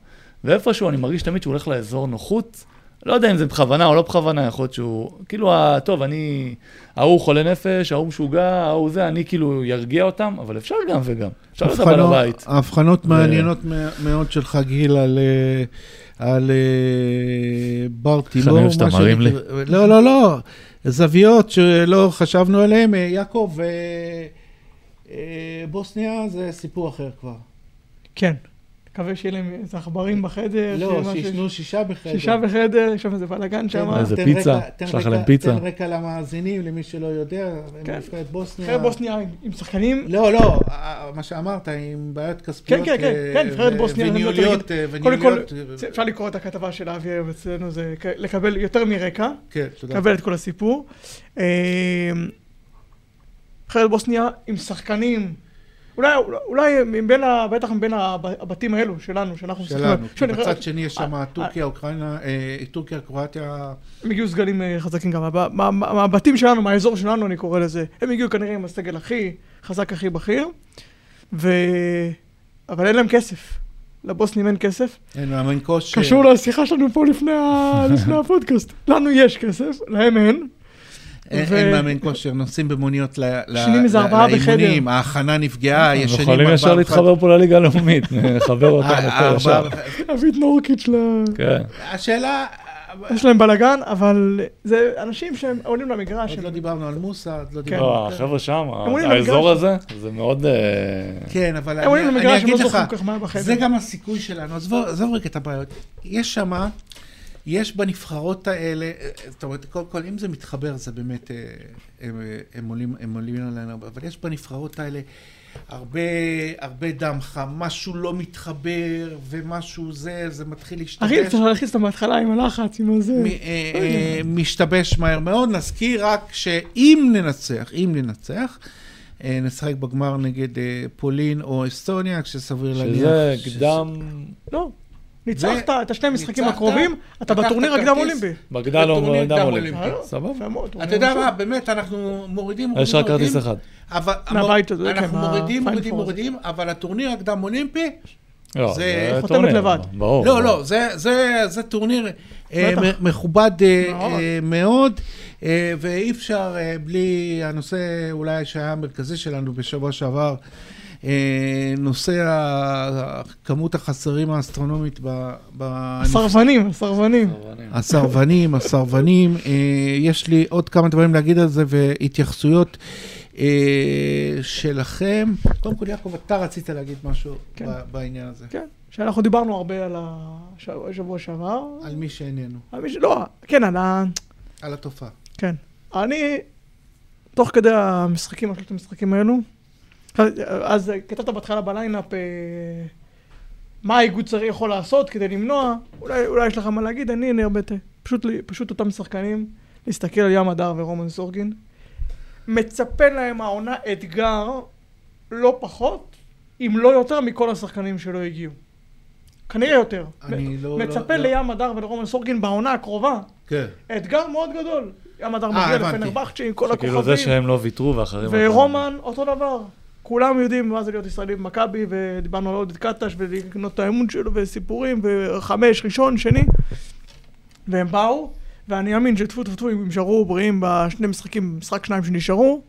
[SPEAKER 3] ואיפשהו אני מרגיש תמיד שהוא הולך לאזור נוחות, לא יודע אם זה בכוונה או לא בכוונה, יכול להיות שהוא... כאילו, ה- טוב, אני... ההוא חולה נפש, ההוא משוגע, ההוא זה, אני כאילו ירגיע אותם, אבל אפשר גם וגם. אפשר להיות הבעל הבית.
[SPEAKER 1] הבחנות
[SPEAKER 3] ו-
[SPEAKER 1] מעניינות מא- מאוד שלך, גיל, על, אה, על אה, בר טילור.
[SPEAKER 3] חניות שאתה
[SPEAKER 1] מה
[SPEAKER 3] מרים לי.
[SPEAKER 1] שנקרא- לא, לא, לא. זוויות שלא חשבנו עליהן. אה, יעקב, אה, אה, בוסניה זה סיפור אחר כבר.
[SPEAKER 2] כן. מקווה שיהיה להם איזה עכברים בחדר. שיהיה
[SPEAKER 1] לא,
[SPEAKER 2] משהו-
[SPEAKER 1] שישנו שישה בחדר. כן,
[SPEAKER 2] שישה בחדר, יש שם איזה בלאגן
[SPEAKER 1] תן-
[SPEAKER 2] שם.
[SPEAKER 1] תן
[SPEAKER 3] איזה
[SPEAKER 1] רקע-
[SPEAKER 3] פיצה,
[SPEAKER 1] תן
[SPEAKER 3] שלח
[SPEAKER 1] רקע-
[SPEAKER 3] להם פיצה.
[SPEAKER 1] תן רקע למאזינים, למי שלא יודע,
[SPEAKER 2] כן.
[SPEAKER 1] נבחרת בוסניה.
[SPEAKER 2] נבחרת בוסניה עם- עם שחקנים,
[SPEAKER 1] לא, לא, אה, מה שאמרת, עם בעיות כספיות
[SPEAKER 2] כן, כן,
[SPEAKER 1] אה,
[SPEAKER 2] כן, נבחרת
[SPEAKER 1] ו-
[SPEAKER 2] בוסניה, אני לא יודעת
[SPEAKER 1] וניהוליות, אה,
[SPEAKER 2] קודם כל,
[SPEAKER 1] וניהוליות, אה,
[SPEAKER 2] זה- אפשר לקרוא את הכתבה של אבי היום אצלנו, זה כ- לקבל יותר מרקע,
[SPEAKER 1] כן, תודה.
[SPEAKER 2] לקבל את כל הסיפור. אה, נבחרת בוסניה עם שחקנים. אולי, אולי מבין ה... בטח מבין הב- הבתים האלו שלנו, שאנחנו
[SPEAKER 1] שלנו,
[SPEAKER 2] שוב, נבחרת-
[SPEAKER 1] בצד שני יש שם
[SPEAKER 2] אה,
[SPEAKER 1] טורקיה, אוקראינה, אה, טורקיה, קרואטיה,
[SPEAKER 2] הם הגיעו סגלים אה, חזקים גם, מה- מה- מה- מהבתים שלנו, מהאזור שלנו אני קורא לזה. הם הגיעו כנראה עם הסגל הכי חזק, הכי בכיר, ו... אבל אין להם כסף. לבוסנים אין כסף.
[SPEAKER 1] אין להם אין כושר.
[SPEAKER 2] קשור לשיחה שלנו פה לפני ה-
[SPEAKER 1] *laughs*
[SPEAKER 2] לפני הפודקאסט. לנו יש כסף, להם אין.
[SPEAKER 1] אין
[SPEAKER 2] ו-
[SPEAKER 1] אין מאמן כושר, נוסעים במוניות ל- ל-
[SPEAKER 2] שנים איזה
[SPEAKER 1] ל-
[SPEAKER 2] ארבעה
[SPEAKER 1] לאימונים,
[SPEAKER 2] בחדר.
[SPEAKER 1] ההכנה נפגעה,
[SPEAKER 3] הם
[SPEAKER 1] ישנים
[SPEAKER 3] אה, יכולים
[SPEAKER 1] ארבעה
[SPEAKER 3] ישר
[SPEAKER 1] בחדר.
[SPEAKER 3] להתחבר פה לליגה הלאומית, *laughs* נחבר אותם
[SPEAKER 1] אה,
[SPEAKER 3] לפה ישר.
[SPEAKER 1] ארבעה-
[SPEAKER 2] אבי נורקיץ' ל...
[SPEAKER 3] כן.
[SPEAKER 1] השאלה,
[SPEAKER 2] יש להם בלאגן, אבל זה אנשים שהם עולים למגרש.
[SPEAKER 1] עוד
[SPEAKER 2] הם-
[SPEAKER 1] לא דיברנו על מוסא, עוד לא
[SPEAKER 3] לא,
[SPEAKER 1] דיברנו.
[SPEAKER 3] החבר'ה שם,
[SPEAKER 2] עולים
[SPEAKER 3] האזור
[SPEAKER 2] למגרש.
[SPEAKER 3] הזה, זה מאוד... אה,
[SPEAKER 1] כן, אבל
[SPEAKER 2] הם עולים
[SPEAKER 1] אני אני
[SPEAKER 2] למגרש, הם
[SPEAKER 1] אגיד
[SPEAKER 2] לא
[SPEAKER 1] לך,
[SPEAKER 2] זוכרים כל כך מה היה בחדר.
[SPEAKER 1] זה גם הסיכוי שלנו, עזבו- עזוב רגע את הבעיות. יש שמה, יש בנבחרות האלה, אה, זאת אומרת, קודם כל, אם זה מתחבר, זה באמת, אה, הם, אה, הם עולים הם עולים עלינו, הרבה, אבל יש בנבחרות האלה הרבה, הרבה דם חם, משהו לא מתחבר, ומשהו זה, זה מתחיל
[SPEAKER 2] אחי,
[SPEAKER 1] להשתבש.
[SPEAKER 2] צריך להכניס אותם בהתחלה עם הלחץ, עם הזה.
[SPEAKER 1] מ- אה, אה, משתבש מהר מאוד. נזכיר רק שאם ננצח, אם ננצח, אה, נשחק בגמר נגד אה, פולין או אסטוניה, כשסביר להניח...
[SPEAKER 3] שזה
[SPEAKER 1] ש-
[SPEAKER 3] קדם,
[SPEAKER 2] לא. ניצחת את השני המשחקים
[SPEAKER 1] ניצחת,
[SPEAKER 2] הקרובים, אתה
[SPEAKER 1] לקחת
[SPEAKER 2] בטורניר
[SPEAKER 1] כרטיס.
[SPEAKER 2] הקדם אולימפי.
[SPEAKER 3] בגדל
[SPEAKER 1] בטורניר
[SPEAKER 3] או
[SPEAKER 1] קדם
[SPEAKER 3] דם עולים.
[SPEAKER 1] אולימפי.
[SPEAKER 2] אה, לא.
[SPEAKER 3] סבבה?
[SPEAKER 1] אתה יודע מה, באמת, אנחנו מורידים, מורידים,
[SPEAKER 3] יש רק כרטיס
[SPEAKER 1] מורידים,
[SPEAKER 3] אחד.
[SPEAKER 1] אבל...
[SPEAKER 2] מהבית הזה, כן,
[SPEAKER 1] אנחנו
[SPEAKER 2] מה-
[SPEAKER 1] מורידים,
[SPEAKER 2] ה-
[SPEAKER 1] מורידים,
[SPEAKER 2] Final Four
[SPEAKER 1] מורידים, אבל הטורניר הקדם אולימפי,
[SPEAKER 3] לא,
[SPEAKER 1] זה-
[SPEAKER 3] זה
[SPEAKER 2] חותמת
[SPEAKER 3] טורניר.
[SPEAKER 2] לבד.
[SPEAKER 3] ברור.
[SPEAKER 1] לא,
[SPEAKER 3] ברור.
[SPEAKER 1] לא, זה, זה, זה טורניר אה,
[SPEAKER 2] בטח.
[SPEAKER 1] מ- מכובד אה,
[SPEAKER 2] מאוד.
[SPEAKER 1] אה, מאוד, אה, ואי אפשר אה, בלי הנושא אולי שהיה המרכזי שלנו בשבוע שעבר, אה, נושא ה- כמות החסרים האסטרונומית ב... ב-
[SPEAKER 2] הסרבנים, הסרבנים.
[SPEAKER 1] הסרבנים, הסרבנים, אה, יש לי עוד כמה דברים להגיד על זה והתייחסויות אה, שלכם. קודם כל, יעקב, אתה רצית להגיד משהו
[SPEAKER 2] כן.
[SPEAKER 1] ב- בעניין הזה,
[SPEAKER 2] כן, שאנחנו דיברנו הרבה על השבוע שעבר.
[SPEAKER 1] על מי שאיננו,
[SPEAKER 2] על מי ש- לא, כן, על ה...
[SPEAKER 1] על התופעה.
[SPEAKER 2] כן. אני, תוך כדי המשחקים, שלושת המשחקים האלו, אז כתבת בהתחלה בליינאפ אה, מה האיגוד צריך יכול לעשות כדי למנוע, אולי, אולי יש לך מה להגיד, אני, אני הרבה, ת- פשוט, ל- פשוט אותם שחקנים, להסתכל על ים הדר ורומן סורגין, מצפה להם העונה אתגר לא פחות, אם לא יותר מכל השחקנים שלא הגיעו. כנראה יותר.
[SPEAKER 1] אני לא- לא-
[SPEAKER 2] מצפה
[SPEAKER 1] לא-
[SPEAKER 2] לים הדר ולרומן סורגין בעונה הקרובה,
[SPEAKER 1] כן.
[SPEAKER 2] אתגר מאוד גדול. ים הדר
[SPEAKER 1] אה,
[SPEAKER 2] מגיע
[SPEAKER 1] הבנתי.
[SPEAKER 2] לפנרבחצ'ה עם כל
[SPEAKER 3] כאילו זה
[SPEAKER 2] הכוכבים,
[SPEAKER 3] שהם לא ויתרו ואחרים...
[SPEAKER 2] ורומן אותו דבר. כולם יודעים מה זה להיות ישראלי במכבי, ודיברנו על עודד קטש ולקנות את האמון שלו וסיפורים, וחמש, ראשון, שני. והם באו, ואני מאמין שטפו טפו טפו, הם יישארו בריאים בשני משחקים, משחק שניים שנשארו.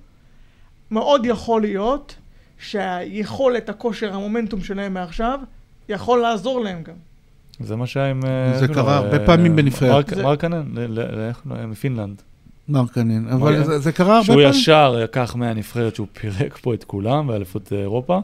[SPEAKER 2] מאוד יכול להיות שהיכולת, הכושר, המומנטום שלהם מעכשיו, יכול לעזור להם גם.
[SPEAKER 3] זה מה שהיה עם... אה,
[SPEAKER 1] זה
[SPEAKER 3] לא,
[SPEAKER 1] קרה
[SPEAKER 3] אה,
[SPEAKER 1] הרבה פעמים בנבחרת.
[SPEAKER 3] מרק-
[SPEAKER 2] זה-
[SPEAKER 3] מרקנן, ל- ל- ל- איך הוא היה? מפינלנד.
[SPEAKER 1] מרקנין,
[SPEAKER 3] אוקיי.
[SPEAKER 1] אבל זה- זה קרה הרבה
[SPEAKER 3] שהוא
[SPEAKER 1] פעמים.
[SPEAKER 3] ישר לקח מהנבחרת שהוא פירק פה את כולם באליפות אירופה.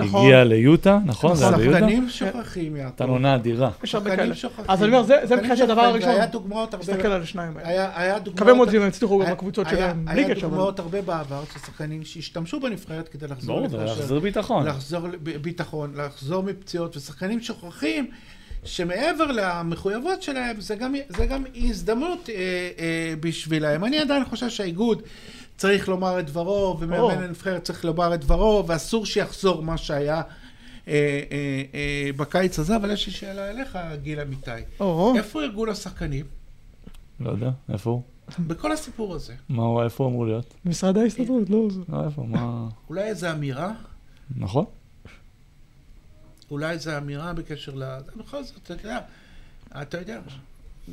[SPEAKER 2] נכון.
[SPEAKER 3] הגיע ליוטה, נכון? זה היה ביוטה?
[SPEAKER 1] שחקנים שוכחים, יעקב.
[SPEAKER 3] נתן עונה אדירה.
[SPEAKER 2] יש הרבה
[SPEAKER 1] שחקנים
[SPEAKER 2] כאלה.
[SPEAKER 1] שוכחים.
[SPEAKER 2] כן. אז אני אומר, זה זה
[SPEAKER 1] שחקנים
[SPEAKER 2] מבחינת הדבר
[SPEAKER 1] שוכחים,
[SPEAKER 2] הראשון.
[SPEAKER 1] והיה דוגמאות הרבה...
[SPEAKER 2] תסתכל על השניים האלה.
[SPEAKER 1] היה היה דוגמאות...
[SPEAKER 2] מקווה מאוד שהם יצליחו גם
[SPEAKER 1] היה-
[SPEAKER 2] בקבוצות
[SPEAKER 1] היה-
[SPEAKER 2] שלהם.
[SPEAKER 1] היה
[SPEAKER 2] ליגה שם.
[SPEAKER 1] דוגמאות הרבה בעבר של שחקנים שהשתמשו בנבחרת כדי לחזור
[SPEAKER 3] ברור, זה
[SPEAKER 1] לכושר.
[SPEAKER 3] להחזיר ביטחון.
[SPEAKER 1] לחזור לביטחון, לחזור מפציעות, ושחקנים שוכחים שמעבר למחויבות שלהם, זה גם, זה גם הזדמנות אה, אה, בשבילהם. אני עדיין חושב שהאיגוד צריך לומר את דברו,
[SPEAKER 2] ברור.
[SPEAKER 1] ומאמן הנבחרת צריך לומר את דברו, ואסור שיחזור מה שהיה אה, אה, אה, בקיץ הזה, אבל יש לי שאלה אליך, גיל אמיתי.
[SPEAKER 2] או,
[SPEAKER 1] איפה ארגון השחקנים
[SPEAKER 3] לא יודע, איפה הוא?
[SPEAKER 1] בכל הסיפור הזה?
[SPEAKER 3] מה הוא, איפה הוא אמור להיות?
[SPEAKER 2] משרד ההסתדרות, לא... זה.
[SPEAKER 3] לא, איפה, מה...
[SPEAKER 1] אולי איזו אמירה?
[SPEAKER 3] נכון?
[SPEAKER 1] אולי איזו אמירה בקשר ל... בכל זאת, אתה יודע, אתה יודע.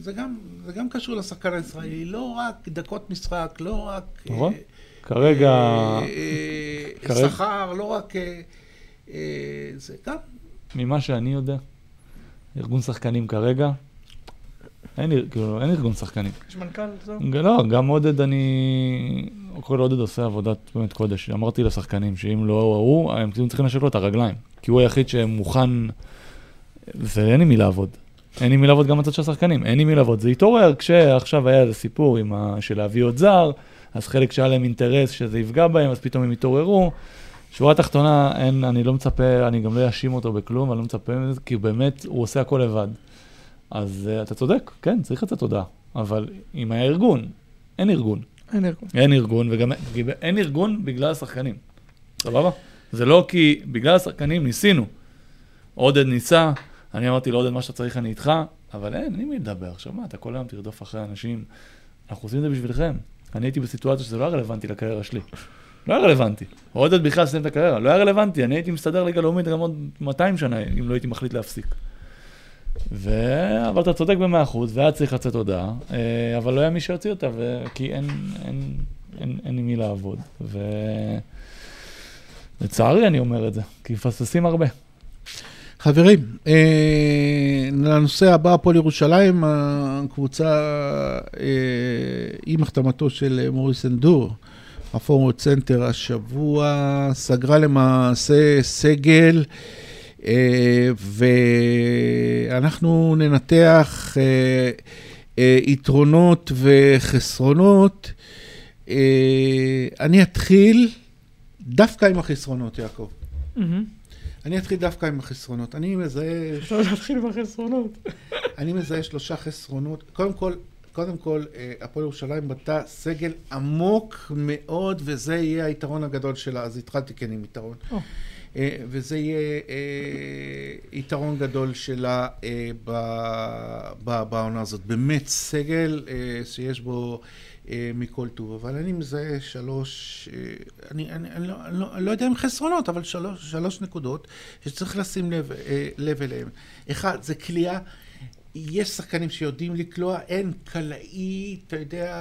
[SPEAKER 1] זה גם, זה גם קשור לשחקן הישראלי, לא רק דקות משחק, לא רק...
[SPEAKER 3] נכון.
[SPEAKER 1] אה,
[SPEAKER 3] כרגע,
[SPEAKER 1] אה, אה,
[SPEAKER 3] כרגע-
[SPEAKER 1] שכר, לא רק... אה, אה, זה גם...
[SPEAKER 3] ממה שאני יודע, ארגון שחקנים כרגע, אין, איר- כאילו, אין ארגון שחקנים.
[SPEAKER 2] יש מנכ"ל, זהו.
[SPEAKER 3] לא, גם עודד אני... כל עודד עושה עבודת באמת קודש. אמרתי לשחקנים שאם לא הוא, הם כאילו צריכים לשק לו את הרגליים. כי הוא היחיד שמוכן... ואין עם מי לעבוד. אין עם מי לעבוד גם בצד של השחקנים. אין עם מי לעבוד. זה התעורר כשעכשיו היה איזה סיפור עם ה... של להביא עוד זר, אז חלק שהיה להם אינטרס שזה יפגע בהם, אז פתאום הם התעוררו. שורה תחתונה, אין, אני לא מצפה, אני גם לא אאשים אותו בכלום, אני לא מצפה מזה, כי באמת, הוא עושה הכל לבד. אז uh, אתה צודק, כן, צריך לצאת תודה. אבל אם היה ארגון, אין ארגון.
[SPEAKER 2] אין ארגון.
[SPEAKER 3] אין ארגון, וגם כי אין ארגון בגלל השחקנים. סבבה? זה לא כי בגלל השחקנים ניסינו. עודד ניסה, אני אמרתי לעודד מה שאתה צריך אני איתך, אבל אין, אין עם מי לדבר. עכשיו מה, אתה כל היום תרדוף אחרי אנשים, אנחנו עושים את זה בשבילכם. אני הייתי בסיטואציה שזה לא היה רלוונטי לקריירה שלי. לא היה רלוונטי. עודד בכלל סיים את הקריירה, לא היה רלוונטי, אני הייתי מסתדר ליגה לאומית גם עוד 200 שנה, אם לא הייתי מחליט להפסיק. ו... אבל אתה צודק במאה אחוז, והיה צריך לצאת הודעה, אה, אבל לא היה מי שיוציא אותה, ו... כי אין, אין, אין, אין עם מי לעבוד. ו... לצערי אני אומר את זה, כי מפספסים הרבה.
[SPEAKER 1] חברים, אה, לנושא הבא, הפועל ירושלים, הקבוצה אה, עם החתמתו של מוריס אנדור, הפורמוד סנטר השבוע, סגרה למעשה סגל, אה, ואנחנו ננתח אה, אה, יתרונות וחסרונות. אה, אני אתחיל דווקא עם החסרונות, יעקב. אני אתחיל דווקא עם החסרונות. אני מזהה,
[SPEAKER 2] אפשר להתחיל עם החסרונות.
[SPEAKER 1] אני מזהה שלושה חסרונות. קודם כל, קודם כל, אה, הפועל ירושלים בטה סגל עמוק מאוד, וזה יהיה היתרון הגדול שלה. אז התחלתי כן עם יתרון.
[SPEAKER 2] או.
[SPEAKER 1] אה, וזה יהיה אה, יתרון גדול שלה אה, ב- ב- בעונה הזאת. באמת סגל אה, שיש בו אה, מכל טוב. אבל אני מזהה שלוש, אה, אני, אני, אני, לא, אני, לא, אני לא יודע אם חסרונות, אבל שלוש, שלוש נקודות שצריך לשים לב, אה, לב אליהן. אחד, זה כליאה. יש שחקנים שיודעים לקלוע, אין קלעי, אתה יודע,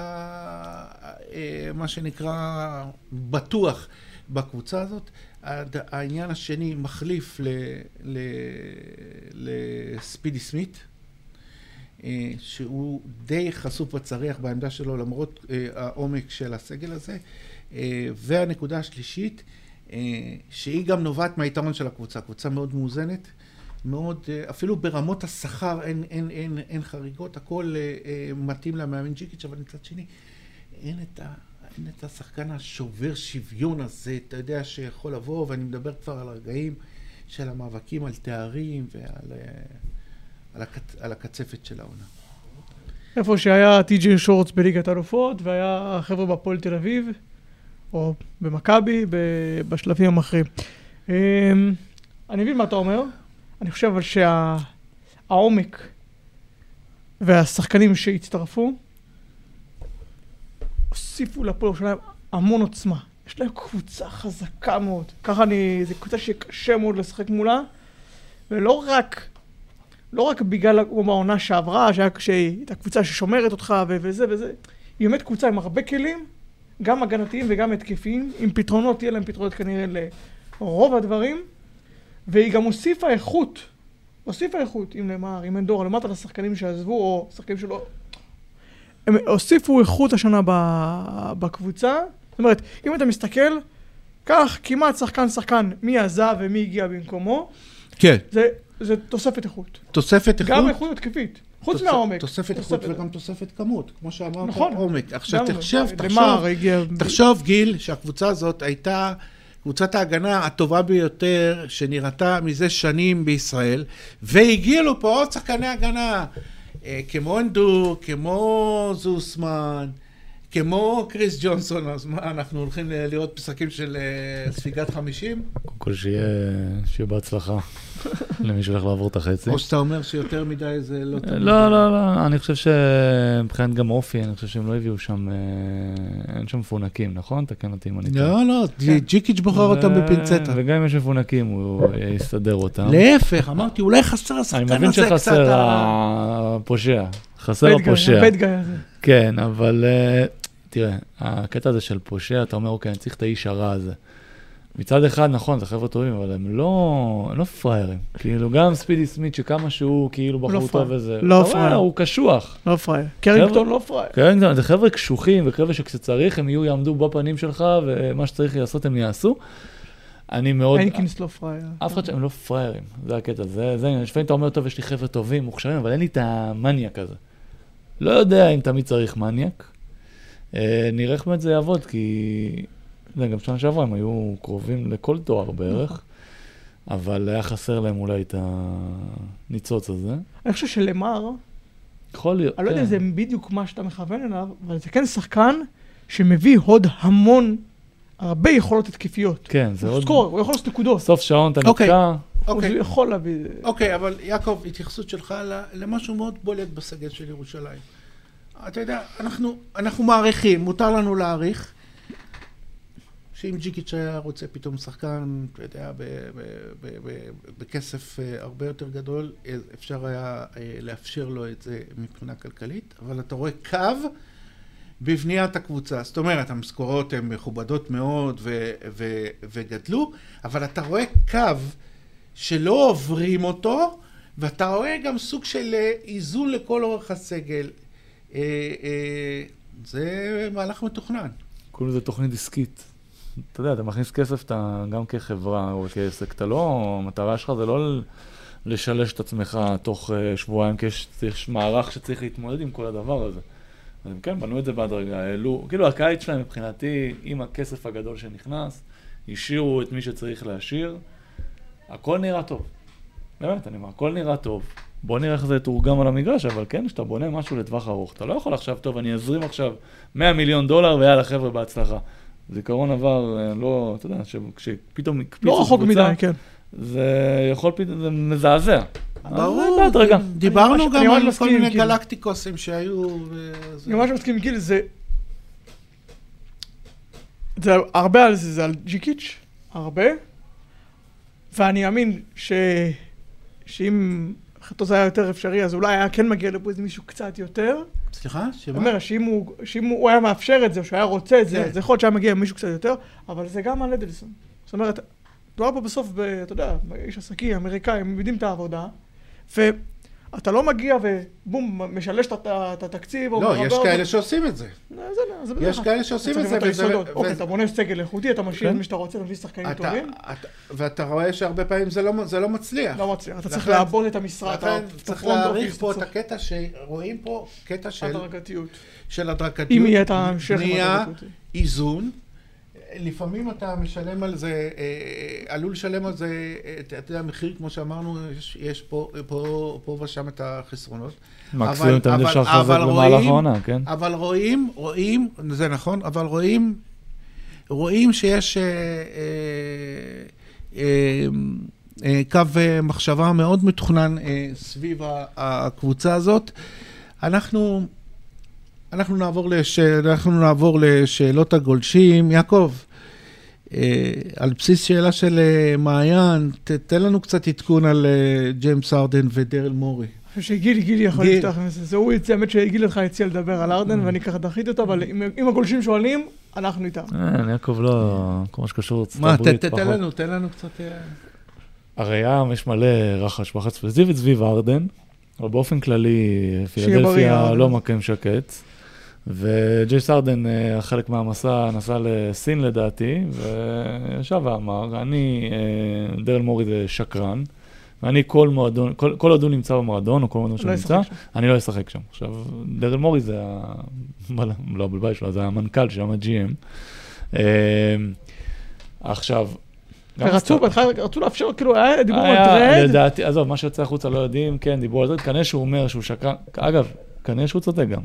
[SPEAKER 1] אה, מה שנקרא, בטוח בקבוצה הזאת. הד- העניין השני מחליף ל- ל- לספידי סמית, אה, שהוא די חשוף בצריח בעמדה שלו, למרות אה, העומק של הסגל הזה. אה, והנקודה השלישית, אה, שהיא גם נובעת מהיתרון של הקבוצה. קבוצה מאוד מאוזנת, מאוד, אה, אפילו ברמות השכר אין, אין, אין, אין חריגות, הכל אה, אה, מתאים למאמן ג'יקיץ', אבל מצד שני, אין את, ה, אין את השחקן השובר שוויון הזה, אתה יודע, שיכול לבוא, ואני מדבר כבר על הרגעים של המאבקים על תארים ועל אה, על הקצ, על הקצפת של העונה.
[SPEAKER 2] איפה שהיה טי.ג'י שורץ בליגת אלופות, והיה חבר'ה בהפועל תל אביב, או במכבי, ב- בשלבים המכריעים. אמ, אני מבין מה אתה אומר, אני חושב אבל שהעומק והשחקנים שהצטרפו, הוסיפו לפועל ירושלים המון עוצמה. יש להם קבוצה חזקה מאוד. ככה אני... זו קבוצה שקשה מאוד לשחק מולה, ולא רק לא רק בגלל, כמו בעונה שעברה, שהיה כשהיא הקבוצה ששומרת אותך ו- וזה וזה, היא באמת קבוצה עם הרבה כלים, גם הגנתיים וגם התקפיים, עם פתרונות, יהיה להם פתרונות כנראה לרוב הדברים, והיא גם הוסיפה איכות, הוסיפה איכות, אם למהר, אם אין דור, למטה לשחקנים שעזבו, או שחקנים שלא... הם הוסיפו איכות השנה ב- בקבוצה, זאת אומרת, אם אתה מסתכל, קח כמעט שחקן-שחקן מי עזב ומי הגיע במקומו,
[SPEAKER 1] כן.
[SPEAKER 2] זה, זה תוספת איכות.
[SPEAKER 1] תוספת איכות.
[SPEAKER 2] גם איכות התקפית, חוץ
[SPEAKER 1] תוס-
[SPEAKER 2] מהעומק.
[SPEAKER 1] תוספת איכות וגם תוספת כמות, כמו שאמרת,
[SPEAKER 2] נכון.
[SPEAKER 1] עומק. עכשיו
[SPEAKER 2] גם-
[SPEAKER 1] תחשב,
[SPEAKER 2] למה
[SPEAKER 1] תחשוב,
[SPEAKER 2] הגיע...
[SPEAKER 1] תחשוב, גיל, שהקבוצה הזאת הייתה קבוצת ההגנה הטובה ביותר שנראתה מזה שנים בישראל, והגיעו לו פה עוד שחקני הגנה, אה, כמו אנדור, כמו זוסמן, כמו קריס ג'ונסון, אז מה, אנחנו הולכים ל- לראות משחקים של אה, ספיגת 50?
[SPEAKER 3] קודם כל שיהיה, שיהיה בהצלחה *laughs* למי שהולך לעבור את החצי.
[SPEAKER 1] או שאתה אומר שיותר מדי זה לא... טוב?
[SPEAKER 3] לא, לא, לא, אני חושב שמבחינת גם אופי, אני חושב שהם לא הביאו שם, אה, אין שם מפונקים, נכון? תקן אותי אם אני טועה.
[SPEAKER 1] לא, לא, ג'י- ג'יקיץ' בוחר
[SPEAKER 3] ו-
[SPEAKER 1] אותם בפינצטה.
[SPEAKER 3] כן. אה, וגם אם יש מפונקים, הוא יסדר אותם.
[SPEAKER 1] להפך, אמרתי, אולי חסר
[SPEAKER 3] אני
[SPEAKER 1] השחקן
[SPEAKER 3] מבין
[SPEAKER 1] הזה קצת...
[SPEAKER 3] שחסר
[SPEAKER 1] ה-
[SPEAKER 3] הפושע. חסר הפושע.
[SPEAKER 2] הבד גיא הזה.
[SPEAKER 3] כן, אבל אה, תראה, הקטע הזה של פושע, אתה אומר, אוקיי, אני צריך את האיש הרע הזה. מצד אחד, נכון, זה חבר'ה טובים, אבל הם לא, הם לא פראיירים. כאילו, גם ספידי סמית, שכמה שהוא כאילו
[SPEAKER 2] לא
[SPEAKER 3] בחור
[SPEAKER 2] פראייר.
[SPEAKER 3] טוב וזה,
[SPEAKER 2] לא
[SPEAKER 3] אתה רואה,
[SPEAKER 2] פראייר.
[SPEAKER 3] הוא קשוח.
[SPEAKER 2] לא פראייר. קרינגטון לא פראייר.
[SPEAKER 3] כן, זה- זה חבר'ה קשוחים, וחבר'ה שכשצריך הם יהיו, יעמדו בפנים שלך, ומה שצריך לעשות הם יעשו. אני מאוד...
[SPEAKER 2] הנקינס לא פראייר.
[SPEAKER 3] אף אחד שם, הם לא פראיירים, זה הקטע, זה, זה, לפעמים אתה אומר, טוב, יש לי חבר'ה טובים, מוכשרים, אבל אין לי את המניאק הזה. לא יודע אם תמיד צריך מניאק. אה, נראה איך באמת זה יעבוד, כי... אתה יודע, גם שנה שעברה הם היו קרובים לכל תואר בערך, אבל היה חסר להם אולי את הניצוץ הזה.
[SPEAKER 2] אני חושב שלמר,
[SPEAKER 3] יכול להיות, כן.
[SPEAKER 2] אני לא יודע אם זה בדיוק מה שאתה מכוון אליו, אבל זה כן שחקן שמביא עוד המון, הרבה יכולות התקפיות.
[SPEAKER 3] כן, זה
[SPEAKER 2] הוא
[SPEAKER 3] עוד...
[SPEAKER 2] סקורר, הוא יכול לעשות נקודות.
[SPEAKER 3] סוף שעון אתה
[SPEAKER 1] אוקיי.
[SPEAKER 3] נתקע.
[SPEAKER 2] הוא
[SPEAKER 1] אוקיי,
[SPEAKER 2] יכול להביא...
[SPEAKER 1] אוקיי, אבל יעקב, התייחסות שלך ל- למשהו מאוד בולט בסגל של ירושלים. אתה יודע, אנחנו, אנחנו מעריכים, מותר לנו להעריך, שאם ג'יקיץ' היה רוצה פתאום שחקן, אתה יודע, ב- ב- ב- ב- בכסף אה, הרבה יותר גדול, אה, אפשר היה אה, לאפשר לו את זה מבחינה כלכלית, אבל אתה רואה קו בבניית הקבוצה. זאת אומרת, המשכורות הן מכובדות מאוד ו- ו- וגדלו, אבל אתה רואה קו שלא עוברים אותו, ואתה רואה גם סוג של אה, איזון לכל אורך הסגל. אה, אה, זה מהלך מתוכנן.
[SPEAKER 3] קוראים לזה תוכנית עסקית. אתה יודע, אתה מכניס כסף אתה, גם כחברה או כעסק, אתה לא, המטרה שלך זה לא ל- לשלש את עצמך תוך אה, שבועיים, כי יש, יש מערך שצריך להתמודד עם כל הדבר הזה. אז הם כן בנו את זה בהדרגה, העלו, כאילו הקיץ שלהם מבחינתי, עם הכסף הגדול שנכנס, השאירו את מי שצריך להשאיר, הכל נראה טוב. באמת, אני אומר, הכל נראה טוב. בוא נראה איך זה יתורגם על המגרש, אבל כן, כשאתה בונה משהו לטווח ארוך, אתה לא יכול עכשיו, טוב, אני אזרים עכשיו 100 מיליון דולר, ויאללה, חבר'ה, בהצלחה. זיכרון עבר, אה, לא, אתה יודע, ש- כשפתאום הקפיצו
[SPEAKER 2] לא רחוק
[SPEAKER 3] קבוצה,
[SPEAKER 2] מדי, כן.
[SPEAKER 3] זה יכול פתאום, זה מזעזע. אז
[SPEAKER 1] ברור,
[SPEAKER 3] זה בהדרגה.
[SPEAKER 2] אה, אני
[SPEAKER 1] דיברנו
[SPEAKER 2] ממש-
[SPEAKER 1] גם
[SPEAKER 2] אני ממש
[SPEAKER 1] על כל
[SPEAKER 2] מסכים,
[SPEAKER 1] מיני
[SPEAKER 2] כאילו.
[SPEAKER 1] גלקטיקוסים שהיו. אה, זה-
[SPEAKER 2] אני ממש מסכים עם גיל, זה... זה הרבה על זה, זה על ג'יקיץ', הרבה. ואני מאמין ש... שאם חטאו זה היה יותר אפשרי, אז אולי היה כן מגיע לפה איזה מישהו קצת יותר.
[SPEAKER 1] סליחה?
[SPEAKER 2] אני
[SPEAKER 1] שמה?
[SPEAKER 2] אומר, שאם הוא, שאם הוא היה מאפשר את זה, או שהוא היה רוצה את זה,
[SPEAKER 1] כן.
[SPEAKER 2] אז יכול להיות שהיה מגיע מישהו קצת יותר, אבל זה גם על אדלסון. זאת אומרת, מדובר פה בסוף, ב, אתה יודע, איש עסקי, אמריקאי, הם יודעים את העבודה, ואתה לא מגיע ובום, משלש את ה- את התקציב, או
[SPEAKER 1] לא,
[SPEAKER 2] מרבה
[SPEAKER 1] יש
[SPEAKER 2] אותו.
[SPEAKER 1] כאלה שעושים את זה.
[SPEAKER 2] זה לא, זה בדרך
[SPEAKER 1] יש
[SPEAKER 2] כלל.
[SPEAKER 1] כאלה שעושים את
[SPEAKER 2] צריך
[SPEAKER 1] זה.
[SPEAKER 2] לבנות
[SPEAKER 1] וזה-
[SPEAKER 2] יסודות. אוקיי,
[SPEAKER 1] וזה-
[SPEAKER 2] אתה בונה סגל איכותי, אתה משאיר את
[SPEAKER 3] כן.
[SPEAKER 2] מי שאתה רוצה, אתה מביא שחקנים
[SPEAKER 1] אתה-
[SPEAKER 2] טובים,
[SPEAKER 1] אתה- ואתה רואה שהרבה פעמים זה לא- זה לא מצליח.
[SPEAKER 2] לא מצליח, אתה צריך
[SPEAKER 1] לכן-
[SPEAKER 2] לעבוד את המשרד, אתה
[SPEAKER 1] לכן
[SPEAKER 2] אתה
[SPEAKER 1] צריך
[SPEAKER 2] front
[SPEAKER 1] להעריך
[SPEAKER 2] office,
[SPEAKER 1] פה
[SPEAKER 2] אתה
[SPEAKER 1] את
[SPEAKER 2] צריך
[SPEAKER 1] הקטע שרואים פה קטע של
[SPEAKER 2] הדרגתיות.
[SPEAKER 1] של הדרגתיות.
[SPEAKER 2] אם יהיה את ההמשך עם
[SPEAKER 1] נהיה
[SPEAKER 2] הדרגתיות.
[SPEAKER 1] איזון. לפעמים אתה משלם על זה, אה, עלול לשלם על זה, אה, אתה אתה יודע, מחיר, כמו שאמרנו, יש, יש פה, פה, פה ושם את החסרונות.
[SPEAKER 3] מקסימום
[SPEAKER 1] אבל-
[SPEAKER 3] תמיד
[SPEAKER 1] אבל-
[SPEAKER 3] אפשר
[SPEAKER 1] אבל
[SPEAKER 3] לחזק במהלך
[SPEAKER 1] רואים-
[SPEAKER 3] העונה, כן?
[SPEAKER 1] אבל רואים, רואים, זה נכון, אבל רואים, רואים שיש אה, אה, אה, אה, קו אה, מחשבה מאוד מתוכנן אה, סביב ה- הקבוצה הזאת. אנחנו, אנחנו, נעבור לש, אנחנו נעבור לשאלות הגולשים. יעקב, אה, על בסיס שאלה של אה, מעיין, ת- תן לנו קצת עדכון על אה, ג'יימס ארדן ודרל מורי.
[SPEAKER 2] אני חושב שגילי, גילי יכול
[SPEAKER 1] גיל.
[SPEAKER 2] לפתוח עם זה. זה הוא יצא, האמת שגילי לך הציע לדבר על ארדן,
[SPEAKER 3] Mm.
[SPEAKER 2] ואני ככה דחיתי אותו, אבל אם- אם הגולשים שואלים, אנחנו איתם.
[SPEAKER 3] אה, יעקב לא, כל מה שקשור לארצות
[SPEAKER 1] מה, ת-
[SPEAKER 3] הברית,
[SPEAKER 1] ת-
[SPEAKER 3] פחות.
[SPEAKER 1] תן לנו, תן לנו קצת... אה,
[SPEAKER 3] הרי ים יש מלא רחש בחץ ספציפית סביב ארדן, אבל באופן כללי
[SPEAKER 2] בריא,
[SPEAKER 3] פילדלפיה
[SPEAKER 2] ארדן.
[SPEAKER 3] לא מקם שקט. וג'ייס ארדן, אה, חלק מהמסע, נסע לסין לדעתי, וישב ואמר, אני, אה, דרל מורי זה שקרן, ואני כל מועדון, כל, כל עוד הוא נמצא במועדון, או כל מועדון שהוא
[SPEAKER 2] לא
[SPEAKER 3] נמצא,
[SPEAKER 2] ישחק
[SPEAKER 3] אני לא אשחק שם. עכשיו, דרל מורי זה ה... לא הבלבאי שלו, זה המנכ"ל שם, ה-GM. אה, עכשיו... גם
[SPEAKER 2] ורצו, בהתחלה רצו לאפשר, כאילו, היה דיבור על
[SPEAKER 3] היה,
[SPEAKER 2] טרד,
[SPEAKER 3] לדעתי, עזוב, מה שיוצא החוצה לא יודעים, כן, דיברו על טרד, כנראה שהוא אומר שהוא שקרן, אגב, כנראה שהוא צודק גם.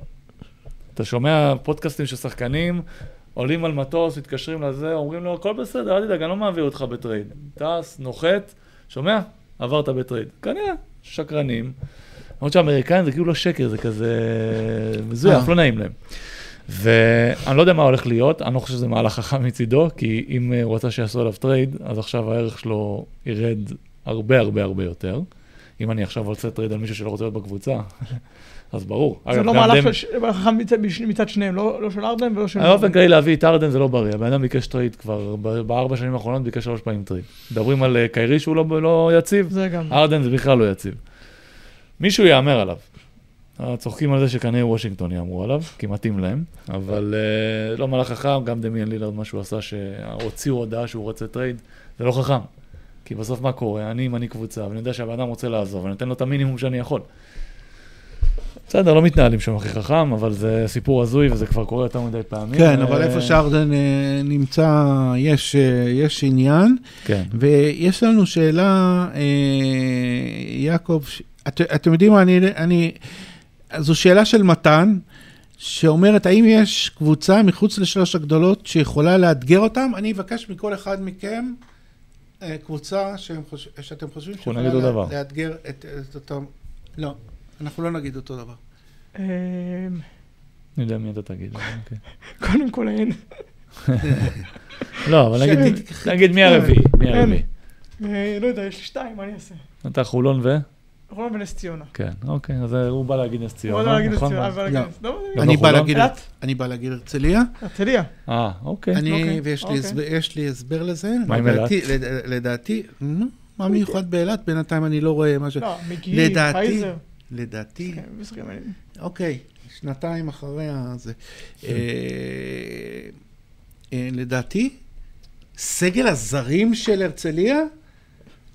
[SPEAKER 3] אתה שומע פודקאסטים של שחקנים, עולים על מטוס, מתקשרים לזה, אומרים לו, הכל בסדר, אל תדאג, אני לא מעביר אותך בטרייד. טס, נוחת, שומע? עברת בטרייד. כנראה, שקרנים. למרות שהאמריקאים זה כאילו לא שקר, זה כזה מזויף, לא נעים להם. ואני לא יודע מה הולך להיות, אני לא חושב שזה מהלך חכם מצידו, כי אם אה, הוא רצה שיעשו עליו טרייד, אז עכשיו הערך שלו ירד הרבה הרבה הרבה יותר. אם אני עכשיו רוצה טרייד על מישהו שלא רוצה להיות בקבוצה, *laughs* אז ברור.
[SPEAKER 2] זה
[SPEAKER 3] אגב,
[SPEAKER 2] לא
[SPEAKER 3] גם
[SPEAKER 2] מהלך
[SPEAKER 3] דמ-
[SPEAKER 2] של ש- מהלך חכם מצד- בש- מצד שניהם, לא לא של ארדן ולא של...
[SPEAKER 3] באופן כללי להביא את ארדן זה לא בריא, הבן אדם ביקש טרייד כבר, ב- בארבע שנים האחרונות ביקש שלוש פעמים טרייד. מדברים על אה, קיירי שהוא לא, לא יציב,
[SPEAKER 2] זה גם.
[SPEAKER 3] ארדן זה בכלל לא יציב. מישהו יאמר עליו. אה, צוחקים על זה שכנראה וושינגטון יאמרו עליו, כי מתאים להם, אבל אה, לא מהלך חכם, גם דמיאן לילארד, מה שהוא עשה, שהוציאו הודעה שהוא רוצה טרייד, זה לא חכם. כי בסוף מה קורה? אני, אם אני קבוצה, ואני יודע שהבן אדם רוצה לעזוב, אני נותן לו את המינימום שאני יכול. בסדר, לא מתנהלים שם הכי חכם, אבל זה סיפור הזוי וזה כבר קורה יותר מדי פעמים.
[SPEAKER 1] כן,
[SPEAKER 3] אה,
[SPEAKER 1] אבל איפה שארדן אה, נמצא, יש, אה, יש עניין.
[SPEAKER 3] כן.
[SPEAKER 1] ויש לנו שאלה, אה, יעקב, ש- את, אתם יודעים מה, אני, אני, זו שאלה של מתן, שאומרת, האם יש קבוצה מחוץ לשלוש הגדולות שיכולה לאתגר אותם? אני אבקש מכל אחד מכם אה, קבוצה שהם חוש... שאתם חושבים
[SPEAKER 3] אנחנו נגיד אותו דבר.
[SPEAKER 1] לאתגר את, את אותם... לא, אנחנו לא נגיד אותו דבר.
[SPEAKER 2] אמ,
[SPEAKER 3] אני יודע מי אתה תגיד.
[SPEAKER 1] *laughs*
[SPEAKER 3] אבל אוקיי.
[SPEAKER 2] קודם כל אין.
[SPEAKER 3] לא, אבל נגיד-
[SPEAKER 1] שתתכ-
[SPEAKER 3] נגיד מי הרביעי,
[SPEAKER 1] כן.
[SPEAKER 3] מי
[SPEAKER 2] אין.
[SPEAKER 3] הרביעי.
[SPEAKER 2] אה, לא יודע, יש לי שתיים, מה אני אעשה?
[SPEAKER 3] אתה חולון ו?
[SPEAKER 2] רון ונס ציונה.
[SPEAKER 3] כן, אוקיי, אז הוא בא להגיד נס
[SPEAKER 2] הוא לא
[SPEAKER 3] ציונה,
[SPEAKER 2] להגיד את
[SPEAKER 3] נכון?
[SPEAKER 2] ציונה, אבל
[SPEAKER 1] לא.
[SPEAKER 2] להגיד- לא,
[SPEAKER 3] גם
[SPEAKER 1] אני בא
[SPEAKER 3] בחולון?
[SPEAKER 1] להגיד,
[SPEAKER 2] אילת?
[SPEAKER 1] אני בא להגיד הרצליה,
[SPEAKER 2] הרצליה.
[SPEAKER 3] אה, אוקיי.
[SPEAKER 1] אני,
[SPEAKER 2] אוקיי,
[SPEAKER 1] ויש לי
[SPEAKER 2] אוקיי.
[SPEAKER 1] הסבר- יש לי הסבר לזה.
[SPEAKER 3] מה עם
[SPEAKER 1] לדעתי- לד- לדעתי, נו, מה מיוחד באילת? בינתיים אני לא רואה משהו.
[SPEAKER 2] לא, מגיעים,
[SPEAKER 1] לדעתי-
[SPEAKER 2] פייזר.
[SPEAKER 1] לדעתי,
[SPEAKER 2] כן, משחקים האלה.
[SPEAKER 1] אוקיי, שנתיים אחרי הזה.
[SPEAKER 3] כן.
[SPEAKER 1] אה, אה, לדעתי, סגל הזרים של הרצליה,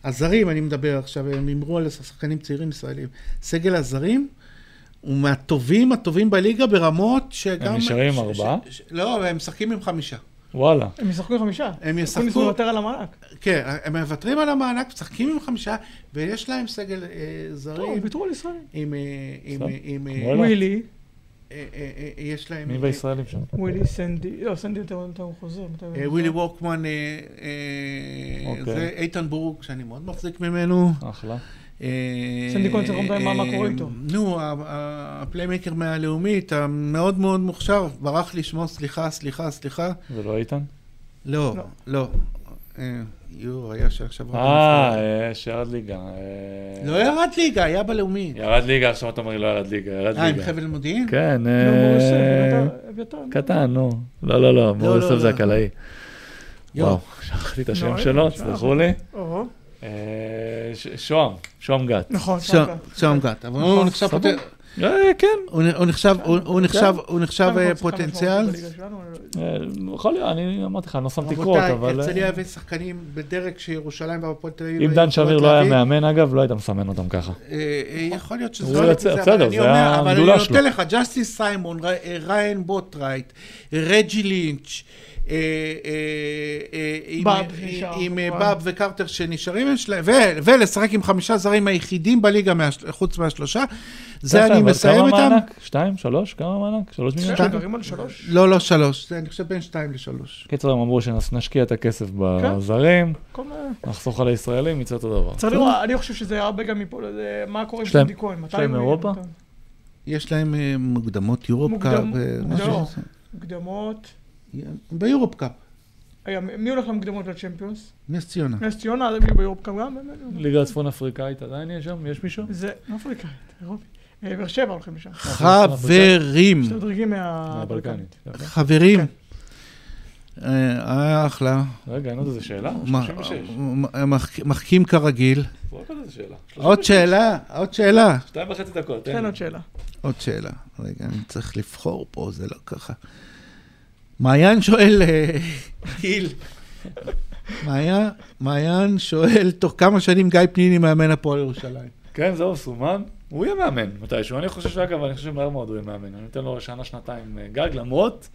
[SPEAKER 1] הזרים, אני מדבר עכשיו, הם הימרו על שחקנים צעירים ישראלים, סגל הזרים הוא מהטובים הטובים בליגה ברמות שגם...
[SPEAKER 3] הם נשארים עם
[SPEAKER 1] ש-
[SPEAKER 3] ארבעה?
[SPEAKER 1] ש- ש- לא, הם משחקים עם חמישה.
[SPEAKER 3] וואלה.
[SPEAKER 2] הם ישחקו עם חמישה.
[SPEAKER 1] הם
[SPEAKER 2] הם ישחקו
[SPEAKER 1] ישחקו,
[SPEAKER 2] יותר על המענק.
[SPEAKER 1] כן, הם מוותרים על המענק, משחקים עם חמישה, ויש להם סגל אה,
[SPEAKER 2] טוב,
[SPEAKER 1] זרים
[SPEAKER 2] לא, ויתרו על ישראל.
[SPEAKER 1] עם... אה, עם-
[SPEAKER 3] סתם.
[SPEAKER 1] עם-
[SPEAKER 3] כמו
[SPEAKER 1] אה,
[SPEAKER 3] אלה.
[SPEAKER 2] ווילי,
[SPEAKER 1] אה, אה, אה, יש להם...
[SPEAKER 3] מי
[SPEAKER 1] אה,
[SPEAKER 3] בישראלים שם?
[SPEAKER 2] ווילי, סנדי, לא, סנדי יותר יותר הוא חוזר. מתי הוא
[SPEAKER 1] אה,
[SPEAKER 2] חוזר?
[SPEAKER 1] ווילי וורקמן, אה, אה,
[SPEAKER 3] אוקיי.
[SPEAKER 1] זה איתן בורג, שאני מאוד מחזיק ממנו.
[SPEAKER 3] אחלה.
[SPEAKER 1] אה,
[SPEAKER 2] סנדי כהן צריך לדעת מה- מה קורה איתו.
[SPEAKER 1] נו, ה- ה- הפליימייקר מהלאומית, המאוד מאוד מוכשר, ברח לי שמו, סליחה, סליחה, סליחה.
[SPEAKER 3] זה לא איתן?
[SPEAKER 1] לא,
[SPEAKER 2] לא.
[SPEAKER 1] לא. אה, יו, היה שעכשיו... רק
[SPEAKER 3] אה,
[SPEAKER 1] נפרד.
[SPEAKER 3] אה, שירד ליגה. אה,
[SPEAKER 1] לא ירד ליגה, היה בלאומית.
[SPEAKER 3] ירד ליגה, עכשיו אתה אומר לי לא ירד ליגה, ירד
[SPEAKER 1] אה, עם
[SPEAKER 3] ליגה.
[SPEAKER 1] חבל מודיעין?
[SPEAKER 3] כן,
[SPEAKER 2] נו, מוריס,
[SPEAKER 3] אה,
[SPEAKER 2] אביתר, אביתר.
[SPEAKER 3] קטן, נו. לא, לא, לא,
[SPEAKER 1] לא,
[SPEAKER 3] מוריסוב זה
[SPEAKER 1] לא.
[SPEAKER 3] הקלעי.
[SPEAKER 1] יו.
[SPEAKER 3] וואו, שכחתי את השם
[SPEAKER 2] לא,
[SPEAKER 3] שלו,
[SPEAKER 2] שכחתי.
[SPEAKER 3] תסלחו לי.
[SPEAKER 2] או,
[SPEAKER 3] אה, ש- שוהם, שוהם גת.
[SPEAKER 2] נכון,
[SPEAKER 1] שם,
[SPEAKER 2] שם.
[SPEAKER 1] שם גת, אבל הוא נחשב
[SPEAKER 3] סבבה.
[SPEAKER 1] פוטנציאל,
[SPEAKER 3] אה, כן.
[SPEAKER 1] הוא נחשב, הוא- הוא נחשב, הוא נחשב
[SPEAKER 2] שם
[SPEAKER 1] אה,
[SPEAKER 2] אנחנו צריכים
[SPEAKER 1] פוטנציאל.
[SPEAKER 2] משמעותית בליגה שלנו, לא אבל-
[SPEAKER 3] אה, יכול להיות, אני אמרתי לך, אני לא שמתי קרות,
[SPEAKER 1] רבותיי,
[SPEAKER 3] אבל... אה,
[SPEAKER 1] הרצליה הביא שחקנים בדרג שירושלים והפועל תל אביב...
[SPEAKER 3] אם
[SPEAKER 1] היו
[SPEAKER 3] דן שמיר
[SPEAKER 1] יכולות
[SPEAKER 3] לא היה
[SPEAKER 1] להביא.
[SPEAKER 3] מאמן, אגב, לא היית מסמן אותם ככה.
[SPEAKER 1] אה, אה, יכול להיות שזה
[SPEAKER 3] הוא
[SPEAKER 1] לא היה
[SPEAKER 3] יוצא,
[SPEAKER 1] כזה, אבל
[SPEAKER 3] בסדר,
[SPEAKER 1] אני
[SPEAKER 3] זה
[SPEAKER 1] אומר, אבל אני
[SPEAKER 3] הגדולה שלו.
[SPEAKER 1] נותן לך, ג'סטיס סיימון, ר- אה, ריין בוטרייט, רג'י לינץ', אה, אה, אה, עם-
[SPEAKER 2] באב
[SPEAKER 1] עם-
[SPEAKER 2] נשאר,
[SPEAKER 1] עם אה,
[SPEAKER 2] כמובן.
[SPEAKER 1] באב וקרטר שנשארים, יש להם- ו- ולשחק עם חמישה זרים היחידים בליגה מה- חוץ מהשלושה, זה
[SPEAKER 3] ככה,
[SPEAKER 1] אני
[SPEAKER 3] אבל
[SPEAKER 1] מסיים
[SPEAKER 3] כמה
[SPEAKER 1] איתם.
[SPEAKER 3] מענק? שתיים? שלוש? כמה מענק? שלוש מיליון?
[SPEAKER 1] שתיים.
[SPEAKER 2] שתיים. גרים על שלוש?
[SPEAKER 1] לא, לא שלוש, זה אני חושב בין שתיים לשלוש.
[SPEAKER 3] קיצר, הם אמרו שנשקיע את הכסף
[SPEAKER 1] כן.
[SPEAKER 3] בזרים,
[SPEAKER 2] כל מה-
[SPEAKER 3] נחסוך על הישראלים, יצא אותו דבר.
[SPEAKER 2] צריך לראות, אני חושב שזה הרבה גם מפה, לזה, מה קורה עם
[SPEAKER 3] שלהם-
[SPEAKER 2] סנדי כהן? מתי
[SPEAKER 3] שלהם
[SPEAKER 2] הוא יהיה
[SPEAKER 3] אירופה?
[SPEAKER 2] מוכן?
[SPEAKER 1] יש להם אה, מוקדמות יורופ
[SPEAKER 2] מוקדם-
[SPEAKER 1] קאפ. אה, משהו
[SPEAKER 2] לא.
[SPEAKER 1] כזה.
[SPEAKER 2] מוקדמות.
[SPEAKER 1] ביורופ קאפ,
[SPEAKER 2] רגע, מי הולך למוקדמות לצ'מפיונס?
[SPEAKER 1] נס ציונה.
[SPEAKER 2] נס ציונה, אז הם יהיו באירופה גם, באמת.
[SPEAKER 3] ליגה הצפון אפריקאית עדיין יש שם? יש מישהו?
[SPEAKER 2] זה אפריקה, אירופי. אה, באר שבע הולכים לשם.
[SPEAKER 1] חברים,
[SPEAKER 2] משתדרגים
[SPEAKER 1] אה,
[SPEAKER 3] הבלקנית.
[SPEAKER 2] מהבלקנית.
[SPEAKER 1] חברים.
[SPEAKER 2] כן.
[SPEAKER 1] אה, היה אחלה.
[SPEAKER 3] רגע, אין עוד איזה שאלה?
[SPEAKER 1] מה-
[SPEAKER 3] 36.
[SPEAKER 1] מ- מח- מחכים כרגיל.
[SPEAKER 3] פה עוד איזה שאלה.
[SPEAKER 1] עוד שאלה, עוד שאלה.
[SPEAKER 3] שתיים וחצי דקות, תן
[SPEAKER 2] תן
[SPEAKER 3] לי.
[SPEAKER 2] כן. עוד שאלה.
[SPEAKER 1] עוד שאלה. רגע, אני צריך לבחור פה, זה לא ככה. מעיין שואל, אה, גיל. מעיין- מעיין שואל, תוך כמה שנים גיא פניני מאמן הפועל ירושלים?
[SPEAKER 3] כן, זהו, סומן. הוא יהיה מאמן מתישהו. אני חושב שאגב, אני חושב שמהר מאוד הוא יהיה מאמן. אני נותן לו שנה, שנתיים אה, גג, למרות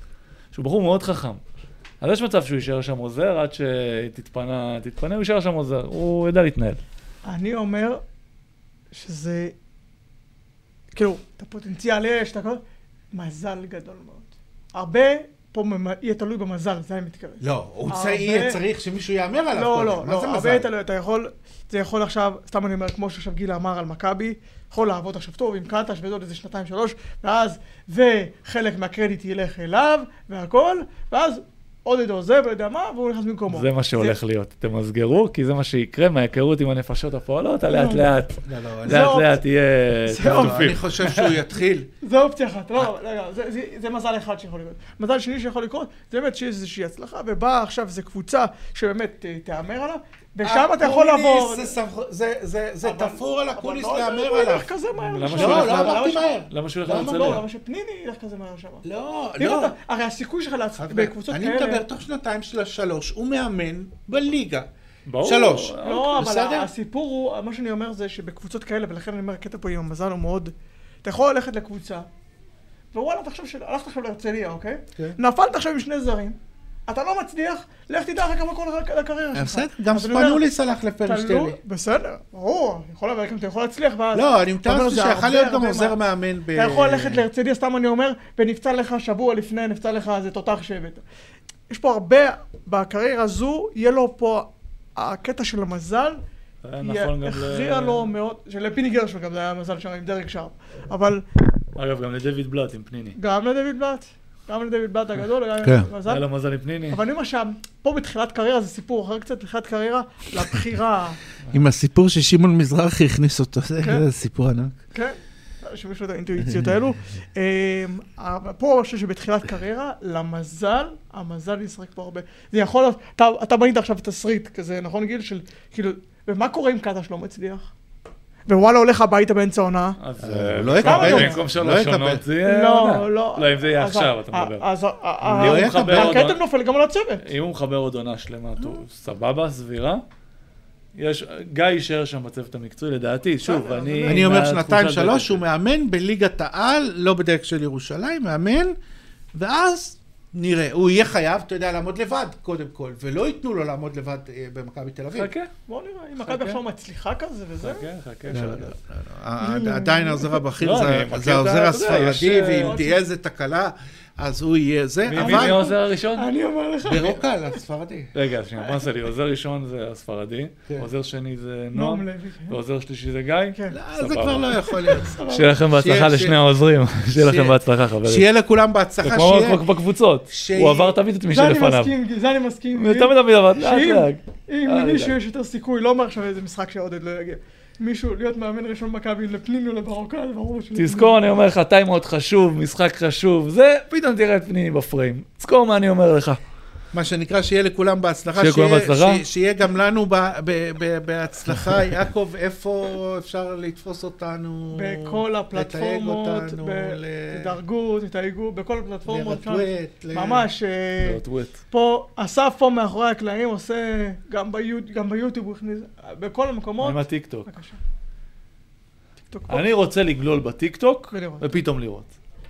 [SPEAKER 3] שהוא בחור מאוד חכם. אז יש מצב שהוא יישאר שם עוזר, עד שתתפנה, תתפנה, הוא יישאר שם עוזר. הוא יודע להתנהל.
[SPEAKER 2] אני אומר שזה, כאילו, את הפוטנציאל יש, את הכל, מזל גדול מאוד. הרבה פה ממ- יהיה תלוי במזל, זה אני מתכוון.
[SPEAKER 1] לא, הוא
[SPEAKER 2] הרבה-
[SPEAKER 1] צעיר, צריך שמישהו יאמר עליו.
[SPEAKER 2] לא,
[SPEAKER 1] קודם.
[SPEAKER 2] לא,
[SPEAKER 1] מה זה
[SPEAKER 2] לא,
[SPEAKER 1] מזל?
[SPEAKER 2] הרבה תלוי, אתה יכול, זה יכול עכשיו, סתם אני אומר, כמו שעכשיו גילה אמר על מכבי, יכול לעבוד עכשיו טוב עם קטש וזה עוד איזה שנתיים שלוש, ואז, וחלק מהקרדיט ילך אליו, והכל, ואז עודד עוזב, לא יודע מה, והוא נכנס במקומו.
[SPEAKER 3] זה מה שהולך להיות. תמסגרו, כי זה מה שיקרה מההיכרות עם הנפשות הפועלות, הלאט לאט.
[SPEAKER 1] לא, לא, אני-
[SPEAKER 2] זה
[SPEAKER 3] לאט
[SPEAKER 2] אופציה.
[SPEAKER 3] לאט יהיה
[SPEAKER 2] זה
[SPEAKER 1] לא,
[SPEAKER 3] טפטופים.
[SPEAKER 1] אני חושב שהוא יתחיל.
[SPEAKER 2] *laughs* זה אופציה אחת, לא, לא, רגע, זה, זה, זה מזל אחד שיכול לקרות. מזל שני שיכול לקרות, זה באמת שיש איזושהי הצלחה, ובאה עכשיו איזו קבוצה שבאמת אה, תהמר עליו, ושם אתה יכול
[SPEAKER 1] אקוניס,
[SPEAKER 2] לעבור.
[SPEAKER 1] זה סמכו- זה- זה- זה
[SPEAKER 2] אבל-
[SPEAKER 1] תפור על אקוניס
[SPEAKER 2] אבל לא-
[SPEAKER 1] להמר
[SPEAKER 2] הוא ילך
[SPEAKER 1] עליו.
[SPEAKER 2] כזה מהר
[SPEAKER 3] למה
[SPEAKER 2] לשם.
[SPEAKER 3] שהוא
[SPEAKER 1] לא,
[SPEAKER 3] ילך
[SPEAKER 1] לא
[SPEAKER 3] למה-
[SPEAKER 1] אמרתי
[SPEAKER 2] ש-
[SPEAKER 1] מהר.
[SPEAKER 3] למה שהוא ילך
[SPEAKER 1] למה
[SPEAKER 2] לא,
[SPEAKER 3] להרצליה?
[SPEAKER 2] למה שפניני ילך כזה מהר שם.
[SPEAKER 1] לא,
[SPEAKER 2] אם
[SPEAKER 1] לא.
[SPEAKER 2] אתה- הרי הסיכוי שלך להצ-
[SPEAKER 1] חבר'ה,
[SPEAKER 2] בקבוצות
[SPEAKER 1] אני
[SPEAKER 2] כאלה...
[SPEAKER 1] מדבר תוך שנתיים של השלוש, הוא מאמן בליגה.
[SPEAKER 2] אה,
[SPEAKER 3] ברור. אה,
[SPEAKER 1] שלוש.
[SPEAKER 2] לא, אבל
[SPEAKER 1] בסדר?
[SPEAKER 2] הסיפור הוא, מה שאני אומר זה שבקבוצות כאלה, ולכן אני אומר, הקטע פה עם המזל הוא מאוד... אתה יכול ללכת לקבוצה, ווואלה, תחשוב שהלכת עכשיו להרצליה, אוקיי?
[SPEAKER 1] כן.
[SPEAKER 2] נפלת עכשיו עם שני זרים, אתה לא מצליח, לך תדע אחר כך מה קורה לך לקריירה שלך.
[SPEAKER 1] בסדר, גם
[SPEAKER 2] אז אני אומר, לא-
[SPEAKER 1] ספנולי סלח
[SPEAKER 2] תלוי,
[SPEAKER 1] לפרשטיילי.
[SPEAKER 2] בסדר, ברור, יכול אבל גם אתה יכול להצליח, ואז...
[SPEAKER 1] לא, אני
[SPEAKER 2] אתה אומר,
[SPEAKER 1] מתאר לעצמי
[SPEAKER 2] זה
[SPEAKER 1] שיכול
[SPEAKER 2] הרבה,
[SPEAKER 1] להיות גם
[SPEAKER 2] הרבה
[SPEAKER 1] עוזר
[SPEAKER 2] מה-
[SPEAKER 1] מאמן ב...
[SPEAKER 2] אתה יכול ללכת להרצליה, סתם אני אומר, ונפצע לך שבוע לפני, נפצע לך איזה תותח שבט. יש פה הרבה, בקריירה הזו, יהיה לו פה הקטע של המזל,
[SPEAKER 3] זה היה
[SPEAKER 2] יהיה-
[SPEAKER 3] נכון גם ל-
[SPEAKER 2] הכריע לו מאוד, שלפיני גרשון גם זה היה מזל שם עם דרק שרפ, אבל
[SPEAKER 3] אגב, גם לדויד בלאט עם פניני.
[SPEAKER 2] גם לדויד בלאט, גם לדויד בלאט הגדול, היה
[SPEAKER 1] כן.
[SPEAKER 2] מזל.
[SPEAKER 3] היה לו מזל עם פניני.
[SPEAKER 2] אבל אני אומר שם, פה בתחילת קריירה זה סיפור אחר קצת, בתחילת קריירה, לבחירה,
[SPEAKER 1] עם הסיפור ששמעון מזרחי הכניס אותו, זה אה,
[SPEAKER 2] כן.
[SPEAKER 1] זה סיפור ענק.
[SPEAKER 2] כן, שמישהו את האינטואיציות האלו. אמ, אבל פה אני חושב שבתחילת קריירה, למזל, המזל ישחק פה הרבה. זה יכול להיות, אתה- אתה בנית עכשיו תסריט כזה, נכון גיל? של כאילו, ומה קורה אם קטש לא מצליח? ווואלה הולך הביתה באמצע העונה.
[SPEAKER 3] אז
[SPEAKER 1] הוא
[SPEAKER 3] אה,
[SPEAKER 1] לא
[SPEAKER 3] בכלל,
[SPEAKER 2] יקבל.
[SPEAKER 3] במקום
[SPEAKER 1] לא
[SPEAKER 3] שלוש
[SPEAKER 1] יקבל.
[SPEAKER 3] עונות זה יהיה... עונה.
[SPEAKER 2] לא, לא. אה,
[SPEAKER 3] לא, אם זה יהיה
[SPEAKER 2] אז
[SPEAKER 3] עכשיו,
[SPEAKER 2] ה-
[SPEAKER 3] אתה
[SPEAKER 2] ה-
[SPEAKER 3] מדבר.
[SPEAKER 2] אז ה- ה-
[SPEAKER 1] לא
[SPEAKER 2] ה-
[SPEAKER 1] יהיה
[SPEAKER 3] יקבל עוד
[SPEAKER 2] הכתם
[SPEAKER 3] עונה.
[SPEAKER 2] נופל גם על הצוות.
[SPEAKER 3] אם הוא מחבר עוד עונה שלמה,
[SPEAKER 2] אה.
[SPEAKER 3] טוב, סבבה, סבירה. יש, גיא יישאר שם בצוות המקצועי, לדעתי, שוב,
[SPEAKER 2] בסדר, אז
[SPEAKER 3] אני...
[SPEAKER 1] אני אומר
[SPEAKER 3] מהתחושה
[SPEAKER 1] שנתיים,
[SPEAKER 3] הזאת-
[SPEAKER 1] שלוש, הוא מאמן בליגת העל, לא בדרך של ירושלים, מאמן, ואז נראה. הוא יהיה חייב, אתה יודע, לעמוד לבד, קודם כל, ולא ייתנו לו לעמוד לבד אה, במכבי תל אביב.
[SPEAKER 3] חכה,
[SPEAKER 2] בואו נראה, אם
[SPEAKER 3] חכה.
[SPEAKER 2] מכבי עכשיו מצליחה כזה וזה.
[SPEAKER 3] חכה, חכה,
[SPEAKER 1] לא,
[SPEAKER 3] אפשר
[SPEAKER 1] לא,
[SPEAKER 3] לדעת.
[SPEAKER 1] לא, לא. עדיין העוזר הבכיר
[SPEAKER 3] לא,
[SPEAKER 1] זה-
[SPEAKER 3] אני מכיר
[SPEAKER 1] זה
[SPEAKER 3] את ה-
[SPEAKER 1] העוזר
[SPEAKER 3] אתה יודע,
[SPEAKER 1] הספרדי,
[SPEAKER 3] יש,
[SPEAKER 1] ואם
[SPEAKER 3] אה,
[SPEAKER 1] תהיה איזה תקלה, אז הוא יהיה זה,
[SPEAKER 3] מי- מי מי
[SPEAKER 1] כן, אבל
[SPEAKER 3] העוזר הראשון?
[SPEAKER 2] אני אומר לך.
[SPEAKER 1] ברוקל, הספרדי.
[SPEAKER 3] רגע, שנייה, מה עשה לי? עוזר ראשון זה הספרדי,
[SPEAKER 1] כן.
[SPEAKER 3] עוזר שני זה
[SPEAKER 2] נועם
[SPEAKER 3] נועם, לא.
[SPEAKER 2] לוי. כן.
[SPEAKER 3] ועוזר שלישי זה גיא.
[SPEAKER 2] כן.
[SPEAKER 1] לא, זה
[SPEAKER 3] סבבה.
[SPEAKER 1] כבר לא יכול להיות.
[SPEAKER 3] שיהיה לכם בהצלחה
[SPEAKER 1] שיהיה-
[SPEAKER 3] לשני העוזרים, *laughs* שיהיה לכם
[SPEAKER 1] שיהיה-
[SPEAKER 3] בהצלחה, חברים.
[SPEAKER 1] שיהיה לכולם
[SPEAKER 3] זה
[SPEAKER 1] בהצלחה, שיהיה.
[SPEAKER 3] כמו בקבוצות,
[SPEAKER 1] שיהיה-
[SPEAKER 3] הוא עבר תמיד את מי
[SPEAKER 2] זה אני
[SPEAKER 3] שלפניו.
[SPEAKER 2] מסכים, גיל, זה אני מסכים.
[SPEAKER 3] הוא
[SPEAKER 2] גיל.
[SPEAKER 3] יותר מדמיד, אבל לאט
[SPEAKER 2] שאם-
[SPEAKER 3] לאט.
[SPEAKER 2] אם
[SPEAKER 3] אה,
[SPEAKER 2] למישהו
[SPEAKER 3] רגע.
[SPEAKER 2] יש יותר סיכוי, לא אומר עכשיו איזה משחק שעודד לא יגיע. מישהו, להיות מאמן ראשון מכבי לפניני או לברוקה, זה ברור שלא.
[SPEAKER 3] תזכור, אני אומר לך, טיים מאוד חשוב, משחק חשוב, זה, פתאום תראה את פנים בפריים. תזכור מה אני אומר לך.
[SPEAKER 1] מה שנקרא, שיהיה לכולם בהצלחה.
[SPEAKER 3] שיהיה לכולם בהצלחה.
[SPEAKER 1] ש- שיהיה גם לנו ב- ב- ב-
[SPEAKER 3] *laughs*
[SPEAKER 1] בהצלחה. יעקב, איפה אפשר לתפוס אותנו?
[SPEAKER 2] בכל הפלטפורמות,
[SPEAKER 1] לתייג אותנו,
[SPEAKER 2] ב-
[SPEAKER 1] ל-
[SPEAKER 2] תדרגו, תתייגו, בכל הפלטפורמות שם.
[SPEAKER 1] לרטווט, ל-
[SPEAKER 2] ממש, אה,
[SPEAKER 3] לא,
[SPEAKER 2] פה, אסף פה מאחורי הקלעים עושה, גם ביוט- גם ביוטיוב הוא הכניס, בכל המקומות.
[SPEAKER 3] עם הטיקטוק.
[SPEAKER 2] בבקשה. טיקטוק אוקיי, פה.
[SPEAKER 3] אני רוצה לגלול בטיקטוק,
[SPEAKER 2] ולראות.
[SPEAKER 3] ופתאום לראות.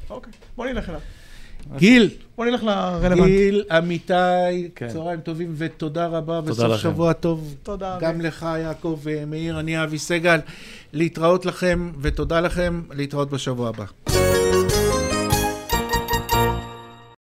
[SPEAKER 2] אוקיי, בוא נלך אליו.
[SPEAKER 1] גיל,
[SPEAKER 2] בוא נלך לרלוונטי.
[SPEAKER 1] גיל, אמיתי,
[SPEAKER 3] כן.
[SPEAKER 1] צהריים טובים ותודה רבה.
[SPEAKER 3] תודה
[SPEAKER 1] בסוף
[SPEAKER 3] לכם.
[SPEAKER 1] שבוע טוב.
[SPEAKER 2] תודה.
[SPEAKER 1] גם לך, יעקב אה, מאיר, אני אבי סגל. להתראות לכם, ותודה לכם, להתראות בשבוע הבא.